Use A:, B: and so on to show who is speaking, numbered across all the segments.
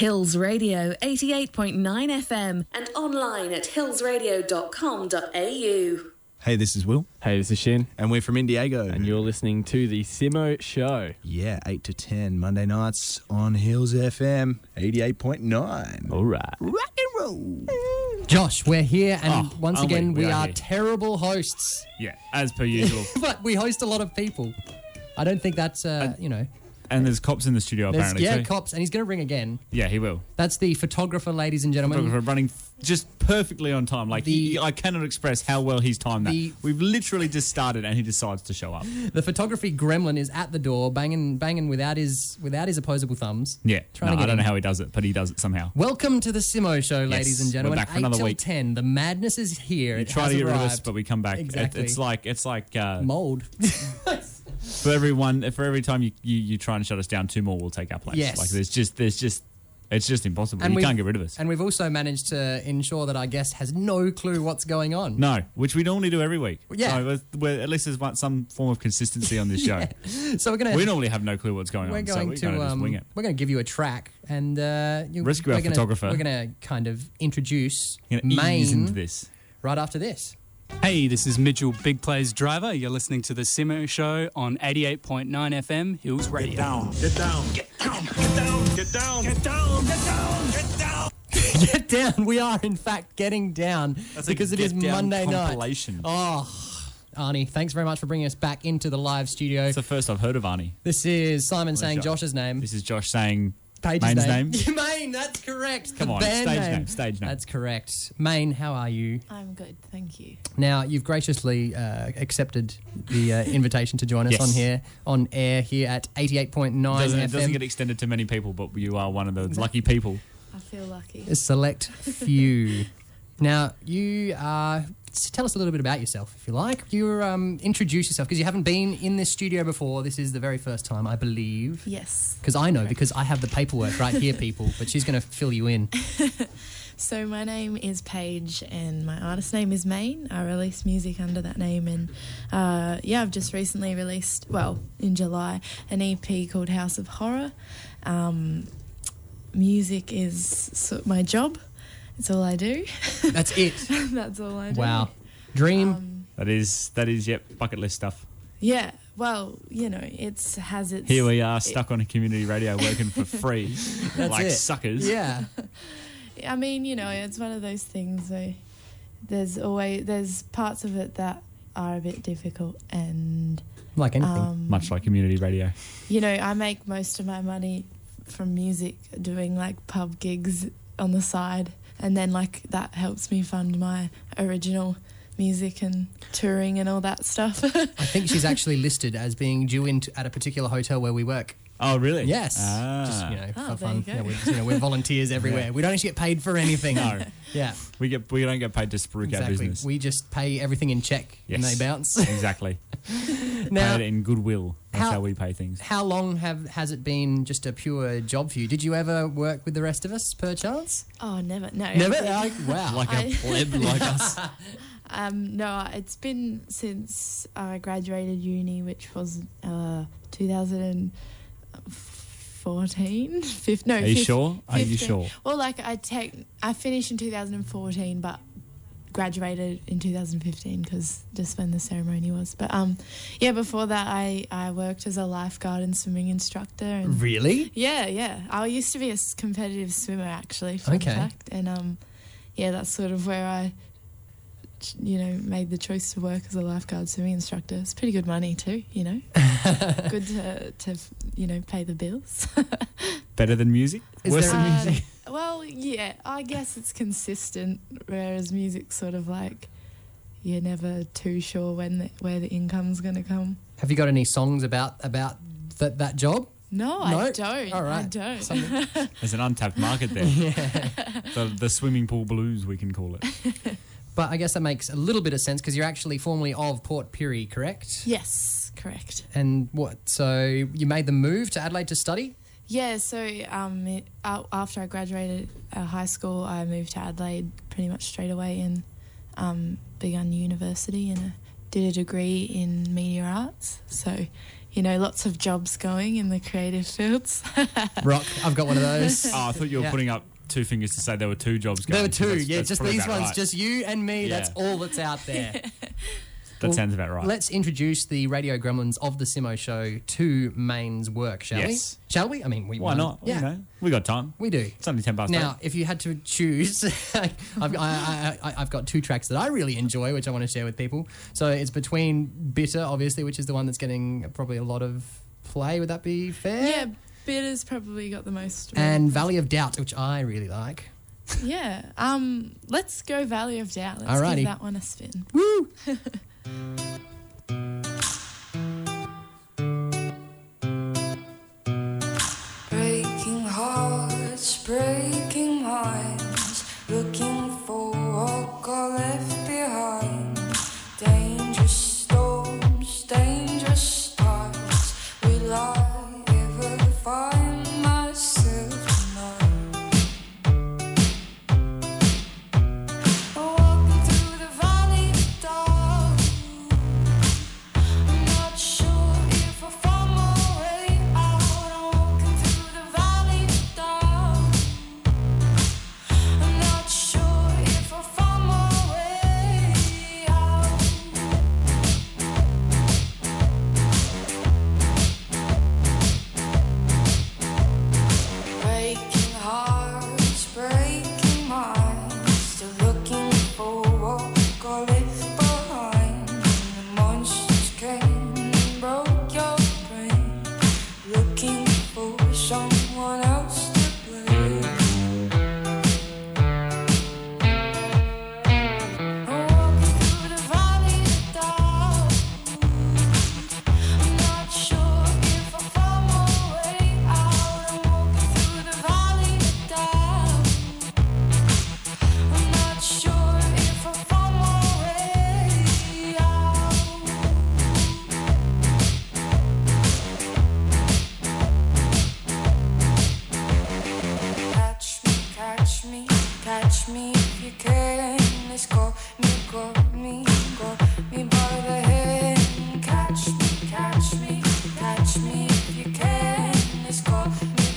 A: Hills Radio 88.9 FM and online at hillsradio.com.au.
B: Hey, this is Will,
C: Hey, this is Shin,
B: and we're from Indiego.
C: and you're listening to the Simo Show.
B: yeah, eight to ten Monday nights on Hills FM eighty-eight point nine.
C: All right.
B: Rock and roll.
D: Josh, we're here, and once
E: Ah, aren't we?
D: again, we,
E: We are
D: are,
E: here.
D: terrible hosts.
E: Yeah, as per usual.
D: but we host a lot of people. I don't think that's, uh, you know,
E: and there's cops in the studio
D: there's
E: apparently.
D: yeah
E: too.
D: cops, and he's going to ring again.
E: yeah, he will.
D: That's the photographer, ladies and
E: Photographer
D: gentlemen.
E: running f- just perfectly on time. Like
D: The-
E: he, I cannot express how well he's timed that.
D: The-
E: We've literally just started and he decides to show up.
D: The photography gremlin is at the door, banging, banging without his without his opposable thumbs.
E: Yeah,
D: trying
E: no,
D: to get
E: I don't
D: in.
E: know how he does it, but he does it somehow.
D: Welcome to the Simo Show, ladies and
E: we're
D: gentlemen.
E: back for
D: Eight
E: another
D: till
E: week.
D: ten. The madness is here.
E: We
D: it
E: try
D: has
E: to get
D: arrived.
E: rid of us, but we come back. It-
D: Exactly.
E: it's like it's like uh,
D: mold.
E: for everyone for every time you, you you try and shut us down, two more will take our place.
D: Yes.
E: like there's just there's just it's just impossible.
D: And
E: you
D: we've-
E: can't get rid of us.
D: and we've also managed to ensure that our guest has no clue what's going on.
E: no, which we normally do every week.
D: Yeah.
E: so we're, we're, at least there's one- some form of consistency on this show.
D: So we're going to
E: We normally have no clue what's going
D: we're
E: on, so
D: going
E: we
D: to
E: kind of just
D: um,
E: wing it.
D: we're going to give you a track and uh, you,
E: Rescue
D: we're
E: our
D: gonna,
E: photographer.
D: We're going to kind of introduce
E: We're gonna
D: Maine
E: ease into this.
D: right after this.
F: Hey, this is Mitchell Big Plays Driver. You're listening to The Simo Show on 88.9 FM Hills Radio.
D: get down. We are in fact getting down
E: That's a
D: because it
E: Get
D: is
E: Down
D: Monday night. Oh, Ah,
E: compilation.
D: Arnie, thanks very much for bringing us back into the live studio.
E: It's the first I've heard of Arnie.
D: this is Simon saying
E: Josh.
D: Josh's name.
E: This is Josh saying
D: Paige's
E: Maine's
D: name.
E: name.
D: Maine, that's correct.
E: Come
D: the
E: on,
D: band
E: stage name, stage name.
D: That's correct. Maine, how are you?
G: I'm good, thank you.
D: Now, you've graciously uh, accepted the uh, invitation to join us
E: Yes.
D: on here, on air here at 88.9
E: doesn't,
D: FM.
E: it doesn't get extended to many people, but you are one of the lucky people.
G: I feel lucky.
D: a select few. now, you are. s- Tell us a little bit about yourself, if you like. You um, introduce yourself because you haven't been in this studio before. This is the very first time, I believe.
G: Yes.
D: Because I know, because I have the paperwork right here, people. But she's going to fill you in.
G: So my name is Paige, and my artist name is Maine. I release music under that name, and uh, yeah, I've just recently released, well, in July, an EP called House of Horror. Um, music is so- my job. It's all I do.
D: That's it.
G: That's all I Um, do.
D: Wow. Dream.
E: That is that is yep bucket list stuff.
G: Yeah. Well, you know, it's has its.
E: Here we are stuck on a community radio working for free, like
D: it.
E: suckers.
D: yeah.
G: I mean, you know, it's one of those things. Where there's always there's parts of it that are a bit difficult, and
D: Like anything.
G: um,
E: Much like community radio.
G: you know, I make most of my money from music, doing like pub gigs on the side, and then like that helps me fund my original music and touring and all that stuff.
D: I think she's actually listed as being due in t- at a particular hotel where we work.
E: Oh really?
D: Yes.
E: Ah.
D: Just, you know,
G: Oh,
D: for
G: there
D: fun.
G: you go.
D: Yeah, we're, just, you know, we're volunteers everywhere. We don't actually get paid for anything.
E: No,
D: Yeah.
E: we get we don't get paid to spruik our
D: Exactly.
E: business.
D: We just pay everything in check and they
E: Yes.
D: bounce.
E: exactly.
D: now,
E: paid in goodwill. That's
D: How-
E: how, we pay things.
D: how long have has it been just a pure job for you? Did you ever work with the rest of us, perchance?
G: oh, never, no,
D: Never. Like, wow.
E: Like a
G: I-
E: pleb like us.
G: Um, no, it's been since I graduated uni, which was uh, 2014, 15, no,
E: Are you
G: fif-
E: sure? Are you
G: 15.
E: sure?
G: Well, like I tech, I finished in 2014, but graduated in 2015 because just when the ceremony was. But um, yeah, before that, I I worked as a lifeguard and swimming instructor. And
D: really?
G: yeah, yeah, I used to be a s- competitive swimmer actually. Fun
D: Okay.
G: fact. And um, yeah, that's sort of where I. ch- You know, made the choice to work as a lifeguard swimming instructor. It's pretty good money too, you know. good to, to, you know, pay the bills.
E: Better than music.
D: Is
E: Worse
D: there-
E: than
G: Uh,
E: music.
G: well, yeah, I guess it's consistent, whereas music's sort of like you're never too sure when the, where the income's going to come.
D: Have you got any songs about about that that job?
G: No,
D: No?
G: I don't.
D: All right.
G: I don't.
D: Something-
E: There's an untapped market there. the, the swimming pool blues, we can call it.
D: But I guess that makes a little bit of sense because you're actually formerly of Port Pirie, correct?
G: yes, correct.
D: And what? So you made the move to Adelaide to study?
G: Yeah, so um, it, uh, after I graduated uh, high school, I moved to Adelaide pretty much straight away and um, begun university and uh, did a degree in media arts. So, you know, lots of jobs going in the creative fields.
D: Rock, I've got one of those.
E: Oh, I thought you were
D: Yeah.
E: putting up two fingers to say there were two jobs going.
D: there were
E: so
D: two,
E: that's-
D: yeah,
E: that's
D: just
E: probably
D: these
E: about
D: ones,
E: right.
D: just you and me. That's
E: Yeah.
D: all that's out there.
E: That sounds about right.
D: Let's introduce the radio gremlins of the Simo Show to Main's work, shall
E: Yes.
D: we? Shall we? I mean, we
E: Why
D: might-
E: not?
D: Yeah,
E: You know, we got time.
D: we do.
E: It's only ten past.
D: Now, if you had to choose, I've, I, I, I, I've got two tracks that I really enjoy, which I want to share with people. So it's between Bitter, obviously, which is the one that's getting probably a lot of play. Would that be fair?
G: yeah, Bitter's probably got the most.
D: And Valley of Doubt, which I really like.
G: yeah, um, let's go Valley of Doubt. Let's
D: Alrighty.
G: give that one a spin.
H: Breaking hearts, breaking minds, looking for what got left behind. Dangerous storms, dangerous times. Will I ever find myself tonight? Walking through the valley of dark. Not sure if I found my way out. I'm walking through the valley of doubt. I'm not sure if I found my way out. Breaking hearts, breaking minds. Still looking for what got left behind. The monsters came and broke your brain. Looking for someone else to blame. Walking through the valley of doubt. I'm not sure if I found my way out. I'm walking through the valley of doubt. I'm not sure if I found my way out. Catch me, catch me, catch me if you can. Let's go, me, go, me, go, me by the hand. Catch me, catch me, catch me if you can. Let's go, me,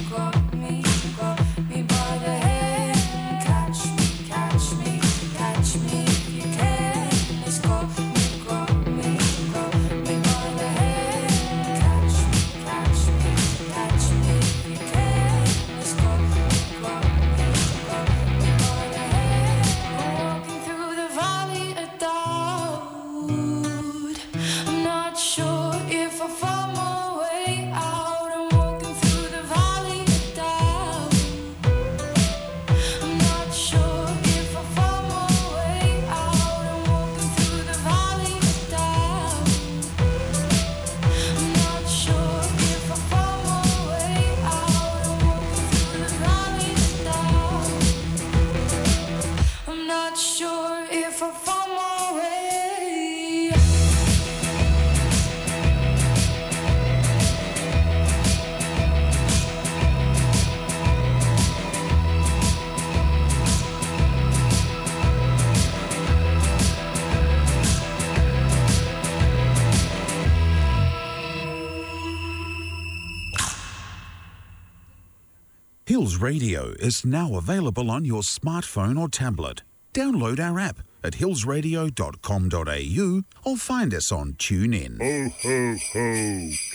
H: go, me, go, me by the hand. Catch me, catch me, catch me if you can. Let's go, me, go, me, go, me by the hand. Catch me, catch me, catch me if you can. Let's go, me, go, me, go, me by the hand. Walking through the valley of doubt. I'm not sure if I found my way out. I'm walking through the valley of doubt. I'm not sure if I found my way out. I'm walking through the valley of doubt. I'm not sure if I found my way out. I'm walking through the valley of doubt. I'm not sure if I found my way.
I: Hills Radio is now available on your smartphone or tablet. Download our app at hillsradio.com.au or find us on TuneIn.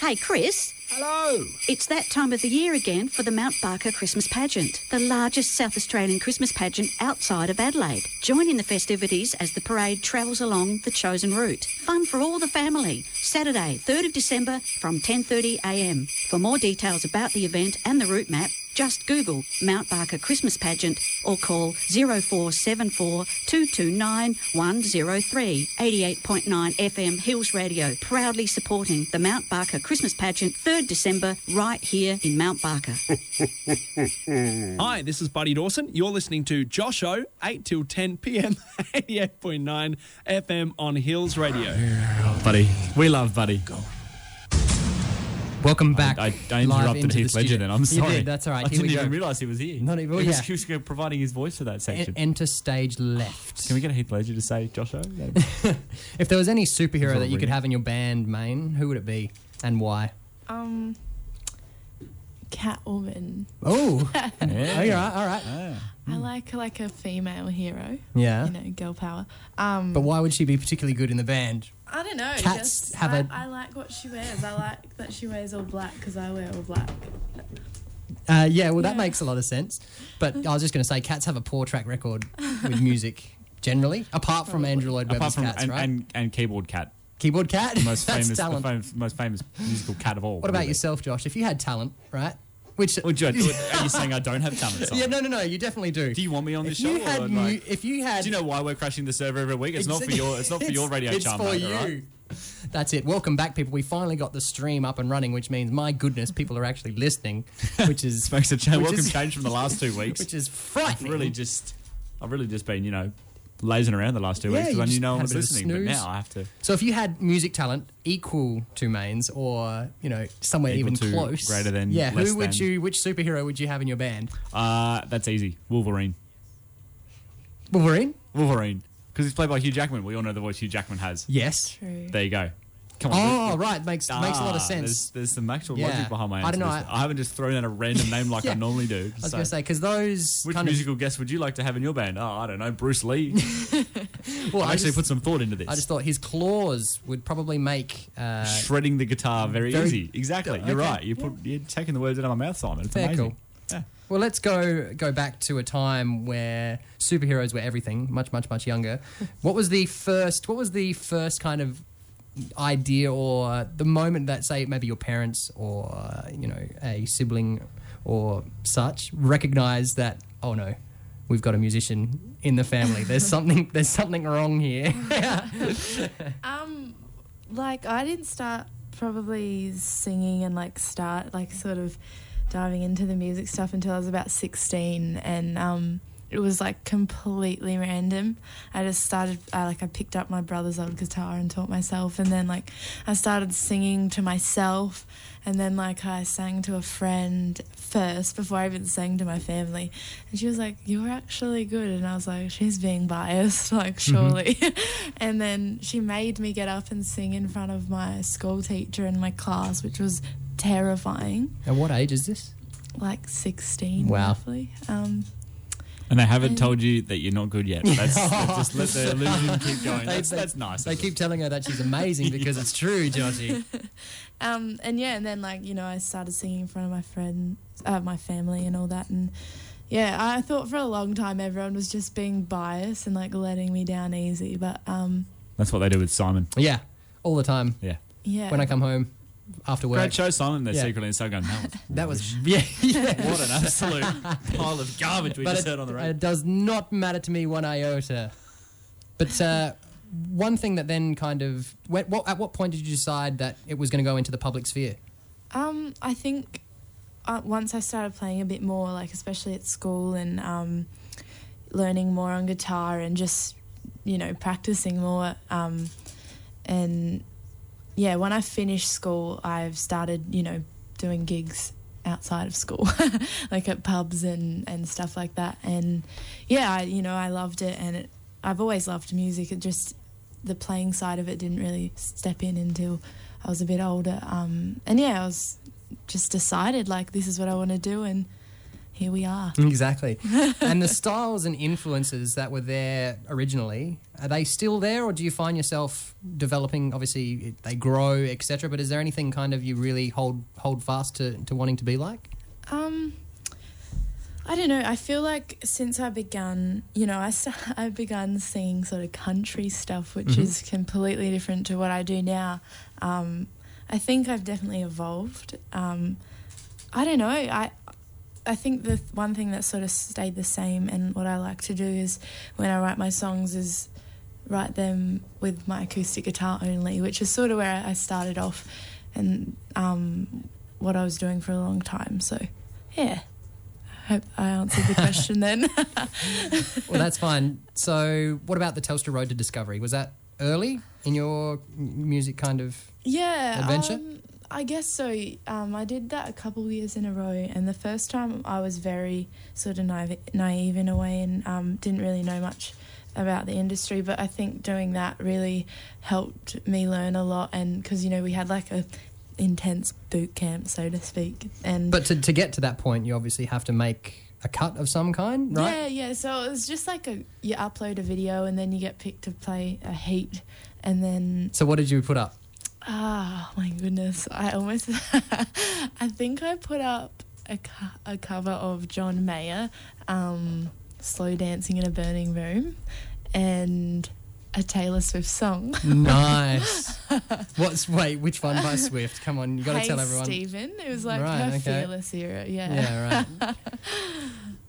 J: Hey, Chris.
B: Hello.
J: It's that time of the year again for the Mount Barker Christmas pageant, the largest South Australian Christmas pageant outside of Adelaide. Join in the festivities as the parade travels along the chosen route. Fun for all the family. Saturday, 3rd of December from 10:30 a.m. For more details about the event and the route map, just Google Mount Barker Christmas pageant or call 0474 229 103. 88.9 FM Hills Radio proudly supporting the Mount Barker Christmas pageant 3rd December right here in Mount Barker.
K: Hi, this is Buddy Dawson. You're listening to Josh O, 8 till 10 p.m., 88.9 FM on Hills Radio.
E: buddy. We love Buddy.
D: Welcome back.
E: I, I
D: live
E: interrupted
D: into the
E: Heath Ledger.
D: studio.
E: Then I'm
D: You
E: sorry.
D: did, that's all right.
E: I
D: Here
E: didn't
D: we
E: even
D: go.
E: realise he was here.
D: Not even-
E: He was,
D: yeah.
E: he was providing his voice for that
D: En-
E: section.
D: enter stage left.
E: Can we get Heath Ledger to say Josh O?
D: if there was any superhero that you
E: Wolverine.
D: could have in your band, main, who would it be and why?
G: Um, Catwoman.
D: Oh, yeah. all right, all right.
G: I like like a female hero.
D: Mm. Yeah.
G: You know, girl power. Um,
E: Mm.
D: But why would she be particularly good in the band?
G: I don't know.
D: Cats
G: just,
D: have
G: I,
D: a-
G: I like what she wears. I like that she wears all black because I wear all black.
D: Uh, yeah, well, that makes a lot of sense. But I was just going to say, cats have a poor track record with music generally, apart from Andrew Lloyd
E: Apart
D: Webber's
E: from
D: cats,
E: and,
D: right?
E: and, and keyboard cat,
D: Keyboard cat,
E: most
D: That's
E: famous, the
D: talent.
E: fam- most famous musical cat of all.
D: What about
E: really.
D: yourself, Josh? If you had talent, right? Which
E: Well, Joe, are you saying I don't have talent? Simon?
D: yeah, no, no, no, you definitely do.
E: Do you want me on
D: If
E: this
D: you
E: show?
D: had
E: or,
D: mu-
E: like-
D: if you had,
E: do you know why we're crashing the server every week? It's not for your. It's not for your radio
D: it's
E: charm.
D: for
E: mate,
D: you.
E: alright?
D: That's it. Welcome back, people. We finally got the stream up and running, which means, my goodness, people are actually listening, which is
E: makes a change.
D: which
E: Welcome
D: is-
E: change from the last two weeks.
D: which is frightening.
E: I've really just, I've really just been, you know, lazing around the last two
D: Yeah,
E: weeks
D: you
E: because I knew
D: just had
E: no one
D: a
E: was
D: bit of a
E: listening. But
D: snooze.
E: now I have to.
D: So if you had music talent equal to mains, or you know somewhere
E: Equal
D: even
E: to,
D: close,
E: greater than,
D: yeah,
E: less
D: who would
E: than.
D: you? Which superhero would you have in your band?
E: Uh, that's easy. Wolverine.
D: Wolverine.
E: Wolverine. Because he's played by Hugh Jackman. We all know the voice Hugh Jackman has.
D: Yes.
G: True.
E: There you go. Come on.
D: Oh right, makes makes a lot of
E: Ah,
D: sense.
E: There's, there's some actual
D: Yeah.
E: logic behind my
D: I
E: answer.
D: don't know,
E: There's- I, haven't just thrown out a random name like
D: Yeah.
E: I normally do.
D: I was
E: So,
D: going to say because those
E: which
D: kind
E: musical guest would you like to have in your band? Oh, I don't know. Bruce Lee.
D: of well,
E: I've
D: I
E: actually
D: just,
E: put some thought into this.
D: I just thought his claws would probably make uh,
E: Shredding the guitar very,
D: Very-
E: easy. Exactly. You're
D: Okay.
E: right. You put, You're taking the words out of my mouth, Simon. It's
D: Fair,
E: amazing.
D: cool. Well, let's go go back to a time where superheroes were everything. Much, much, much younger. what was the first? What was the first kind of idea or the moment that, say, maybe your parents or you know a sibling or such recognized that? Oh no, we've got a musician in the family. There's something. There's something wrong here.
G: Um, like I didn't start probably singing and like start like sort of diving into the music stuff until I was about sixteen, and um, it was like completely random. I just started I, like I picked up my brother's old guitar and taught myself, and then like I started singing to myself, and then like I sang to a friend first before I even sang to my family, and she was like, "You're actually good," and I was like, "She's being biased, like
D: Mm-hmm.
G: surely." and then she made me get up and sing in front of my school teacher in my class, which was terrifying.
D: At what age is this?
G: Like sixteen,
D: Wow.
G: roughly. Um,
E: And they
D: Um,
E: haven't
G: And-
E: told you that you're not good yet. That's, just let the illusion keep going.
D: They-
E: That's,
D: they-
E: that's nice.
D: They
E: isn't
D: keep telling her that she's amazing because it's true, Georgie.
G: um, and yeah, and then like you know, I started singing in front of my friend, uh, my family, and all that, and yeah, I thought for a long time everyone was just being biased and like letting me down easy, but um,
E: it? That's what they do with Simon.
D: Yeah, all the time.
E: Yeah.
G: yeah,
D: When I come home after work,
E: Great show, Simon. They're
D: Yeah.
E: secretly inside going,
D: That
E: that was
D: was yeah, yeah.
E: what an absolute pile of garbage we
D: but
E: just
D: it,
E: heard on the radio.
D: it does not matter to me one iota. But uh, one thing that then kind of what, what, at what point did you decide that it was going to go into the public sphere?
G: Um, I think uh, once I started playing a bit more, like especially at school and um, learning more on guitar and just you know practicing more. Um, and yeah, when I finished school, I've started you know doing gigs outside of school, like at pubs and and stuff like that. And yeah, I, you know I loved it, and it, I've always loved music. It just the playing side of it didn't really step in until I was a bit older. Um, and yeah, I was just decided like this is what I want to do, and here we are.
D: Exactly. and the styles and influences that were there originally are they still there, or do you find yourself developing? Obviously, it- they grow, etc. But is there anything kind of you really hold hold fast to, to wanting to be like?
G: Um, I don't know. I feel like since I began, you know, I st- I've begun singing sort of country stuff, which is completely different to what I do now. Um, I think I've definitely evolved. Um, I don't know. I I think the th- one thing that sort of stayed the same, and what I like to do is when I write my songs is write them with my acoustic guitar only, which is sort of where I started off, and um, what I was doing for a long time. So, yeah. I hope I answered the question then.
D: Well, that's fine. So, what about the Telstra Road to Discovery? Was that early in your m- music kind of?
G: yeah.
D: Adventure?
G: Um, I guess so. Um, I did that a couple years in a row, and the first time I was very sort of naive, naive in a way and um, didn't really know much about the industry. But I think doing that really helped me learn a lot, and because you know we had like a intense boot camp, so to speak. And
D: But to, to get to that point, you obviously have to make a cut of some kind, right?
G: Yeah, yeah. So it was just like a you upload a video and then you get picked to play a heat, and then
D: So what did you put up?
G: ah, my goodness, I almost, I think I put up a, co- a cover of John Mayer, um, "Slow Dancing in a Burning Room," and a Taylor Swift song.
D: Nice. What's wait? Which one by Swift? Come on, you got to
G: hey
D: tell everyone.
G: Stephen. It was like
D: Right,
G: her
D: okay.
G: fearless era. Yeah.
D: Yeah,
G: right.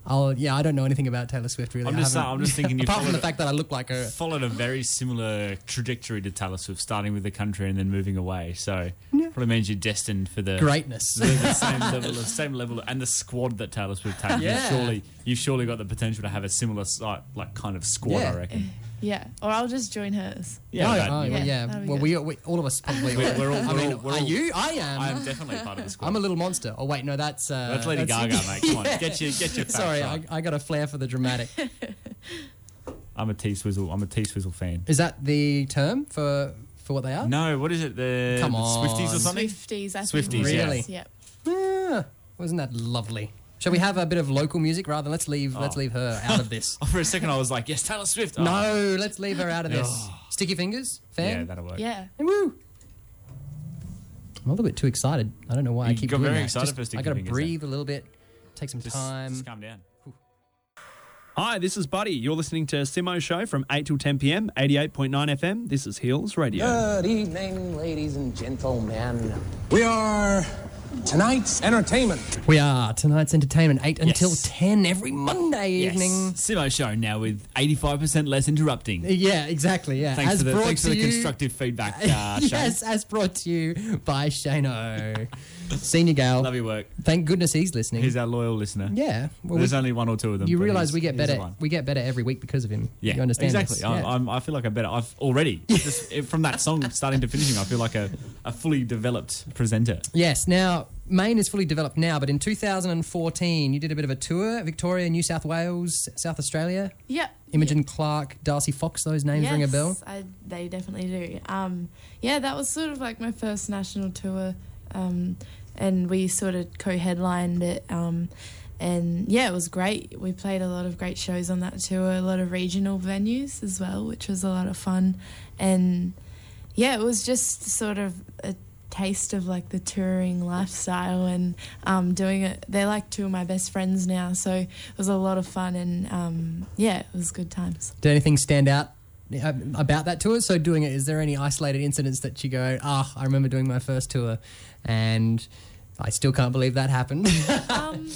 D: I'll, yeah, I don't know anything about Taylor Swift really.
E: I'm
D: I
E: just,
D: haven't-
E: I'm just thinking. You
D: apart from
E: followed
D: the fact that I look like
E: a followed a very similar trajectory to Taylor Swift, starting with the country and then moving away. So probably means you're destined for the
D: Greatness.
E: the, the same level, the same level, and the squad that Taylor Swift takes.
G: Yeah.
E: You've surely, you've surely got the potential to have a similar site, like kind of squad.
D: Yeah.
E: I reckon.
G: Yeah. Or I'll just join hers.
E: Yeah,
D: no,
E: that-
D: oh,
E: yeah.
D: yeah.
G: that'd be
D: Well,
G: good.
D: we, we all of us probably.
E: We're- we're all-
D: I
E: we're
D: mean,
E: all- we're
D: are
E: all-
D: you? I am.
E: I am definitely part of the squad.
D: I'm a little monster. Oh wait, no, that's uh,
E: That's Lady Gaga, mate. Come on,
D: Yeah.
E: get your- get your facts
D: Sorry, I,
E: right.
D: I got a flair for the dramatic.
E: I'm a T Swizzle. I'm a T Swizzle fan.
D: Is that the term for for what they are?
E: No, what is it? The
D: Come
E: the Swifties or
D: on.
E: something?
G: Swifties, I
E: Swifties,
G: think. it was.
E: Really?
G: Yeah.
D: Yeah. Wasn't that lovely? Shall we have a bit of local music rather? Let's leave. Let's
E: Oh.
D: leave her out of this.
E: For a second, I was like, yes, Taylor Swift. Oh.
D: No, let's leave her out of this.
E: Oh.
D: Sticky fingers, fan.
E: Yeah, that'll work.
G: Yeah.
D: Woo. I'm a little bit too excited. I don't know why I
E: You
D: keep
E: got
D: doing
E: very
D: that.
E: excited
D: Just-
E: for Sticky
D: I gotta
E: Fingers eh?
D: breathe a little bit. Take some time.
E: Just calm down.
K: Hi, this is Buddy. You're listening to Simo Show from 8 till 10 p.m., 88.9 FM. This is Hills Radio.
D: Uh,
L: Good evening, ladies and gentlemen. We are tonight's entertainment.
D: We are tonight's entertainment eight until ten every Monday
E: Yes.
D: evening.
E: Simo Show now with 85% less interrupting.
D: Yeah, exactly. Yeah,
E: Thanks
D: as
E: for the,
D: brought
E: thanks
D: to
E: for the
D: you.
E: constructive feedback, uh, Shane.
D: yes, as brought to you by Shano, senior gal.
E: Love your work.
D: Thank goodness he's listening.
E: He's our loyal listener.
D: Yeah, well,
E: There's
D: we-
E: only one or two of them.
D: you
E: but
D: realise
E: he's-
D: we get
E: he's the
D: better.
E: one.
D: We get better every week because of him.
E: Yeah,
D: you understand this?
E: exactly. I,
D: Yeah.
E: I'm, I feel like I better. I've already just it- from that song starting to finishing. I feel like a, a fully developed presenter.
D: Yes. Now, Maine is fully developed now, but in 2014, you did a bit of a tour: Victoria, New South Wales, South Australia.
G: Yep.
D: Imogen Clark, Darcy Fox. Those names ring a bell.
G: Yes, I, they definitely do. Um, yeah, that was sort of like my first national tour, um, and we sort of co-headlined it. Um, and yeah, it was great. We played a lot of great shows on that tour, a lot of regional venues as well, which was a lot of fun. And yeah, it was just sort of a taste of like the touring lifestyle and um, doing it. They're like two of my best friends now, so it was a lot of fun. And um, yeah, it was good times.
D: Did anything stand out uh, about that tour? So doing it, is there any isolated incidents that you go, ah, I remember doing my first tour and I still can't believe that happened?
G: um,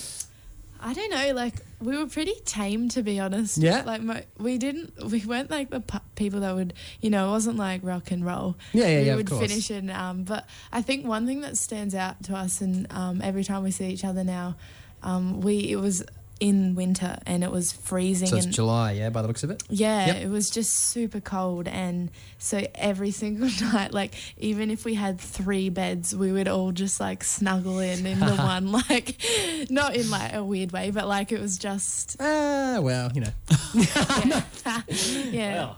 G: I don't know. Like we were pretty tame, to be honest.
D: Yeah.
G: Like my, we didn't. We weren't like the pu- people that would. You know, it wasn't like rock and roll.
D: Yeah, yeah,
G: we
D: yeah, of
G: would
D: course.
G: finish and um. But I think one thing that stands out to us, and um, every time we see each other now, um, we it was in winter and it was freezing.
D: so it's
G: and
D: July, yeah, by the looks of it?
G: yeah,
D: Yep.
G: it was just super cold. And so every single night, like, even if we had three beds, we would all just like snuggle in in the one, like, not in like a weird way, but like it was just,
D: Ah, well, you know.
G: yeah.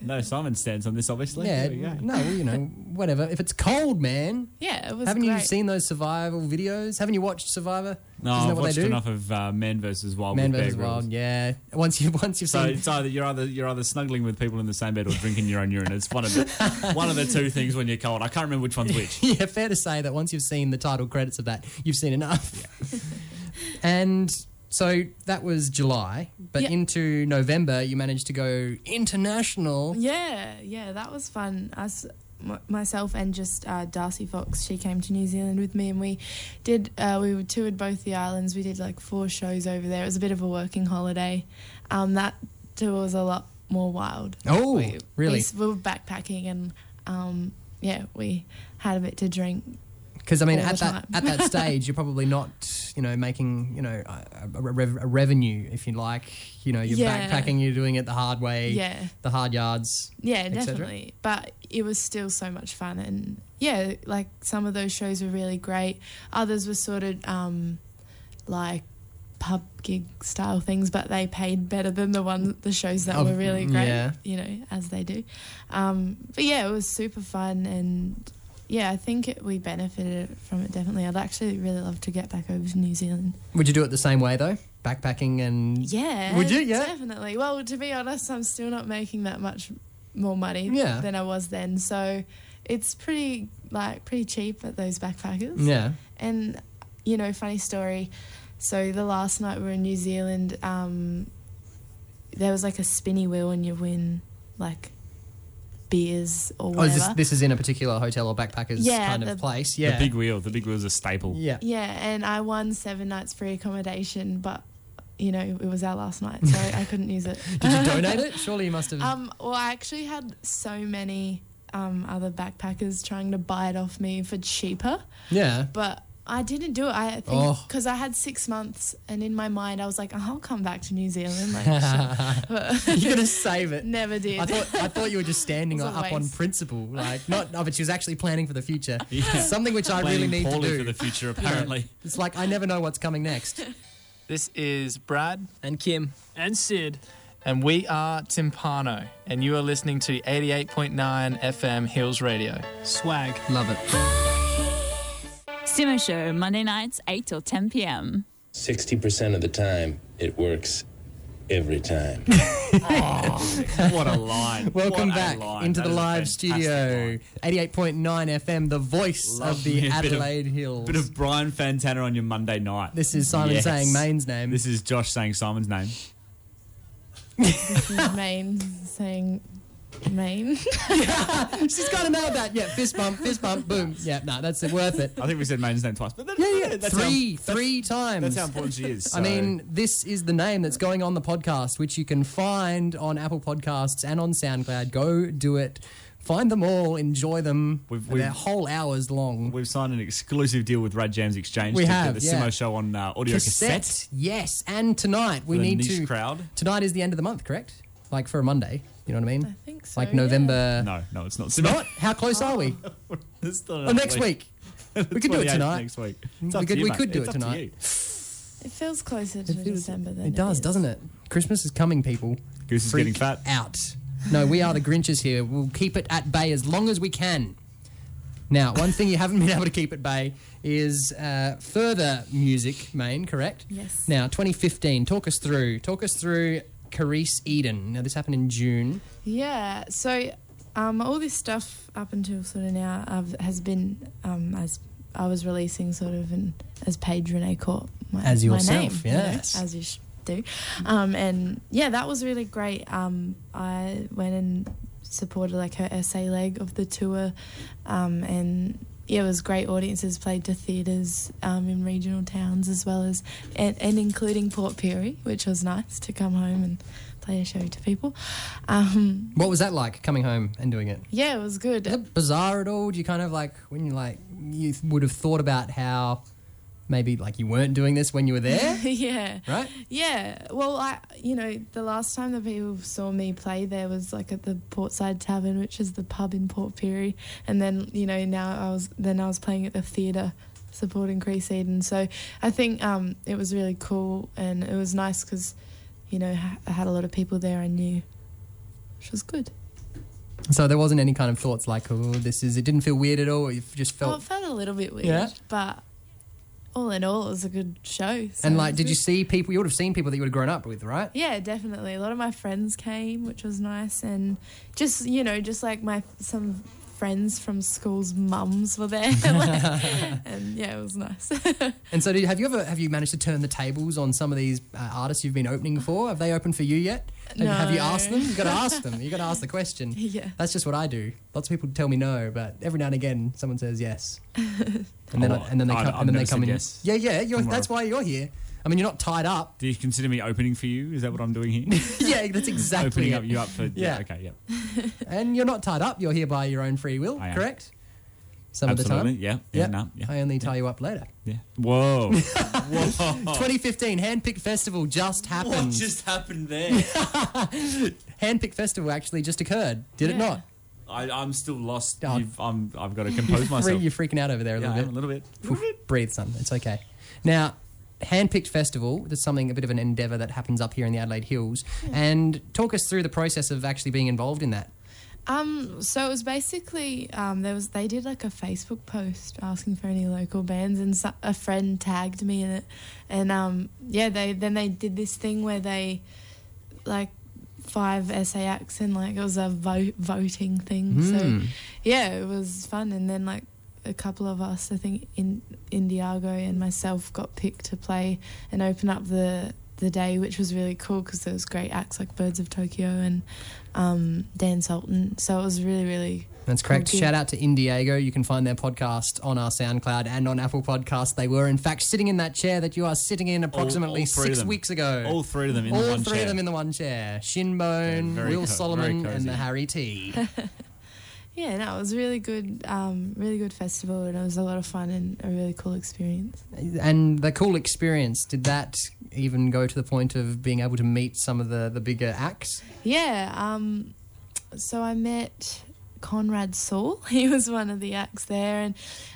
E: No, Simon stands on this obviously.
D: Yeah,
E: There we go.
D: no, well, you know, whatever. If it's cold, man.
G: Yeah, it was
D: Haven't you
G: great.
D: seen those survival videos? Haven't you watched Survivor? Isn't
E: No,
D: that
E: I've
D: what
E: watched
D: they do?
E: enough of uh, Man versus Wild.
D: Man
E: with Bear
D: versus
E: Grylls.
D: Wild, yeah. Once you once you've
E: So
D: seen
E: it's either you're either you're either snuggling with people in the same bed or drinking your own urine. It's one of the one of the two things when you're cold. I can't remember which one's which.
D: yeah, fair to say that once you've seen the title credits of that, you've seen enough. and so that was July, but
G: Yeah.
D: into November, you managed to go international.
G: Yeah, yeah, that was fun. Us, m- myself, and just uh, Darcy Fox. She came to New Zealand with me, and we did. Uh, we toured both the islands. We did like four shows over there. It was a bit of a working holiday. Um, that tour was a lot more wild.
D: Oh, really?
G: We, s- we were backpacking, and um, yeah, we had a bit to drink.
D: Because I mean,
G: all
D: at
G: the
D: that
G: time.
D: at that stage, you're probably not, you know, making you know a, a, rev- a revenue, if you like. You know, you're
G: Yeah.
D: backpacking, you're doing it the hard way,
G: Yeah.
D: the hard yards.
G: Yeah,
D: et cetera.
G: definitely. But it was still so much fun, and yeah, like some of those shows were really great. Others were sort of um, like pub gig style things, but they paid better than the one the shows that
D: Oh,
G: were really great.
D: yeah.
G: You know, as they do. Um, but yeah, it was super fun, and yeah, I think it, we benefited from it definitely. I'd actually really love to get back over to New Zealand.
D: Would you do it the same way though? Backpacking and
G: Yeah.
D: Would you? Yeah.
G: Definitely. Well, to be honest, I'm still not making that much more money
D: Yeah.
G: than I was then. So it's pretty like pretty cheap at those backpackers.
D: Yeah.
G: And you know, funny story. So the last night we were in New Zealand, um, there was like a spinny wheel and you win like beers or
D: Oh,
G: whatever.
D: is this, this is in a particular hotel or backpackers
G: Yeah,
D: kind
G: the-
D: of place. Yeah.
E: The big wheel. The big wheel's a staple.
D: yeah.
G: Yeah, and I won seven nights free accommodation, but you know, it was our last night, so I couldn't use it.
D: Did you donate it? Surely you must have.
G: Um, well, I actually had so many um, other backpackers trying to buy it off me for cheaper,
D: yeah.
G: but I didn't do it. I think
D: Oh.
G: because I had six months, and in my mind, I was like, oh, I'll come back to New Zealand. Like, shit.
D: You're gonna save it.
G: Never did.
D: I thought I thought you were just standing
G: It was a
D: up on
G: waste.
D: principle, like not. No, but she was actually planning for the future.
E: Yeah.
D: Something which I really
E: Planning
D: need to
E: poorly
D: do
E: for the future,
D: Yeah.
E: apparently.
D: It's like I never know what's coming next.
M: This is Brad
N: and Kim
M: and Sid, and we are Timpano, and you are listening to 88.9 FM Hills Radio. Swag,
D: love it.
O: Simo Show, Monday nights, 8 till 10 p.m.
P: 60% of the time, it works every time.
E: what a line.
D: Welcome
E: What a
D: back
E: line.
D: into
E: That
D: the
E: is a
D: live
E: fantastic
D: studio, 88.9 FM, the voice of the
E: Yeah, bit
D: Adelaide Hills.
E: Bit of Brian Fantana on your Monday night.
D: This is Simon saying Main's name.
E: This is Josh saying Simon's name.
G: Maine saying Maine.
D: She's got to know that. Yeah, fist bump, fist bump, boom. Yeah, no, that's it, worth it.
E: I think we said Main's name twice. But that-
D: Yeah, yeah,
E: that's
D: three,
E: how-
D: three times.
E: That's how important she is.
D: I
E: so-
D: mean, this is the name that's going on the podcast, which you can find on Apple Podcasts and on SoundCloud. Go do it. Find them all, enjoy them.
E: we've-
D: They're whole hours long.
E: We've signed an exclusive deal with Rad Jams Exchange
D: We
E: to
D: have,
E: get the
D: yeah.
E: Simo show on uh, audio cassette.
D: Cassette, yes. And tonight we
E: For the
D: need
E: niche
D: to
E: crowd.
D: Tonight is the end of the month, correct? Like for a Monday. You know what I mean? I
G: think so.
D: Like November.
E: No, no, it's not.
D: Uh, It's not. How close are we?
E: It's not
D: Oh, next week. We could do it
E: 28th
D: tonight.
E: Next week.
D: We
E: It's up to
D: could,
E: you,
D: we
E: mate.
D: could do
E: It's
D: it
E: up to
D: tonight.
E: you.
G: It feels closer to December than
D: It does,
G: is.
D: doesn't it? Christmas is coming, people.
E: Goose is
D: Freak
E: getting fat.
D: Out. No, we are the Grinches here. We'll keep it at bay as long as we can. Now, one thing you haven't been able to keep at bay is uh, further music, main, correct?
G: Yes.
D: Now, 2015. Talk us through. Talk us through Carice Eden. Now, this happened in June.
G: Yeah. So um, all this stuff up until sort of now I've, has been um, as I was releasing sort of an, as Paige Renee Court my,
D: As
G: my
D: yourself,
G: name, you know,
D: yes.
G: as you sh- do, um, and yeah, that was really great. Um, I went and supported like her essay leg of the tour, um, and yeah, it was great. Audiences played to theatres um, in regional towns as well as and, and including Port Pirie, which was nice to come home and play a show to people. Um,
D: What was that like coming home and doing it?
G: yeah, it was good.
D: Bizarre at all? Do you kind of like when you like you would have thought about how maybe like you weren't doing this when you were there,
G: yeah.
D: right?
G: Yeah. Well, I you know the last time the people saw me play there was like at the Portside Tavern, which is the pub in Port Pirie, and then you know now I was then I was playing at the theatre supporting Crease Eden. So I think um, it was really cool and it was nice because you know ha- I had a lot of people there I knew, which was good.
D: So there wasn't any kind of thoughts like, oh, this is. It didn't feel weird at all. You just
G: Well, it
D: felt.
G: felt a little bit weird,
D: Yeah.
G: but all in all, it was a good show. so
D: and
G: it
D: like,
G: was
D: did you
G: good.
D: see people? You would have seen people that you would have grown up with, right?
G: Yeah, definitely. A lot of my friends came, which was nice, and just you know, just like my some friends from school's mums were there, like, and yeah, it was nice.
D: And so, did, have you ever have you managed to turn the tables on some of these uh, artists you've been opening for? Have they opened for you yet? Have, you- have you
G: No.
D: asked them? You got to ask them. You got to ask the question.
G: yeah,
D: That's just what I do. Lots of people tell me no, but every now and again, someone says yes, and then
E: Oh,
D: I, and then they
E: I've-
D: come
E: I've
D: and then
E: never
D: they
E: said
D: come in.
E: yes.
D: Yeah, yeah. You're,
E: Tomorrow.
D: that's why you're here. I mean, you're not tied up.
E: Do you consider me opening for you? Is that what I'm doing here?
D: yeah, that's exactly.
E: opening
D: it.
E: up you up for yeah.
D: Yeah.
E: Okay, yeah.
D: and you're not tied up. You're here by your own free will,
E: I am.
D: correct? Some of the
E: Absolutely,
D: time.
E: yeah, yeah, no, yeah,
D: I only tie you up later.
E: Yeah. Whoa. Whoa.
D: 2015 Handpick Festival just happened.
E: What just happened there?
D: Handpick Festival actually just occurred. Did it
E: Yeah.
D: not?
E: I, I'm still lost.
D: Oh.
E: You've, I'm, I've got to compose
D: You're free-
E: myself.
D: You're freaking out over there a
E: Yeah,
D: little
E: I
D: bit.
E: am a little bit.
D: Breathe, son. It's okay. Now, Handpicked Festival. That's something a bit of an
E: Hmm.
D: endeavour that happens up here in the Adelaide Hills. And talk us through the process of actually being involved in that.
G: Um, so it was basically um, there was they did like a Facebook post asking for any local bands, and so, a friend tagged me in it, and um, yeah, they then they did this thing where they like five SAX and like it was a vote voting thing.
H: Hmm.
G: So yeah, it was fun, and then like a couple of us, I think in Indiago and myself, got picked to play and open up the the day, which was really cool because there was great acts like Birds of Tokyo and um, Dan Sultan. So it was really really
D: That's correct.
G: cool gig.
D: Shout out to Indiego. You can find their podcast on our SoundCloud and on Apple Podcasts. They were, in fact, sitting in that chair that you are sitting in approximately
E: all three of
D: six
E: them.
D: weeks ago.
E: All three of them in
D: All
E: the one
D: three
E: chair.
D: of them in the one chair. Shinbone,
E: very
D: Will
E: co- very
D: Solomon,
E: cozy.
D: and the Harry T.
G: Yeah, no, it was really good, um, really good festival, and it was a lot of fun and a really cool experience.
D: and the cool experience, did that even go to the point of being able to meet some of the, the bigger acts?
G: Yeah, um, so I met Conrad Saul. He was one of the acts there, and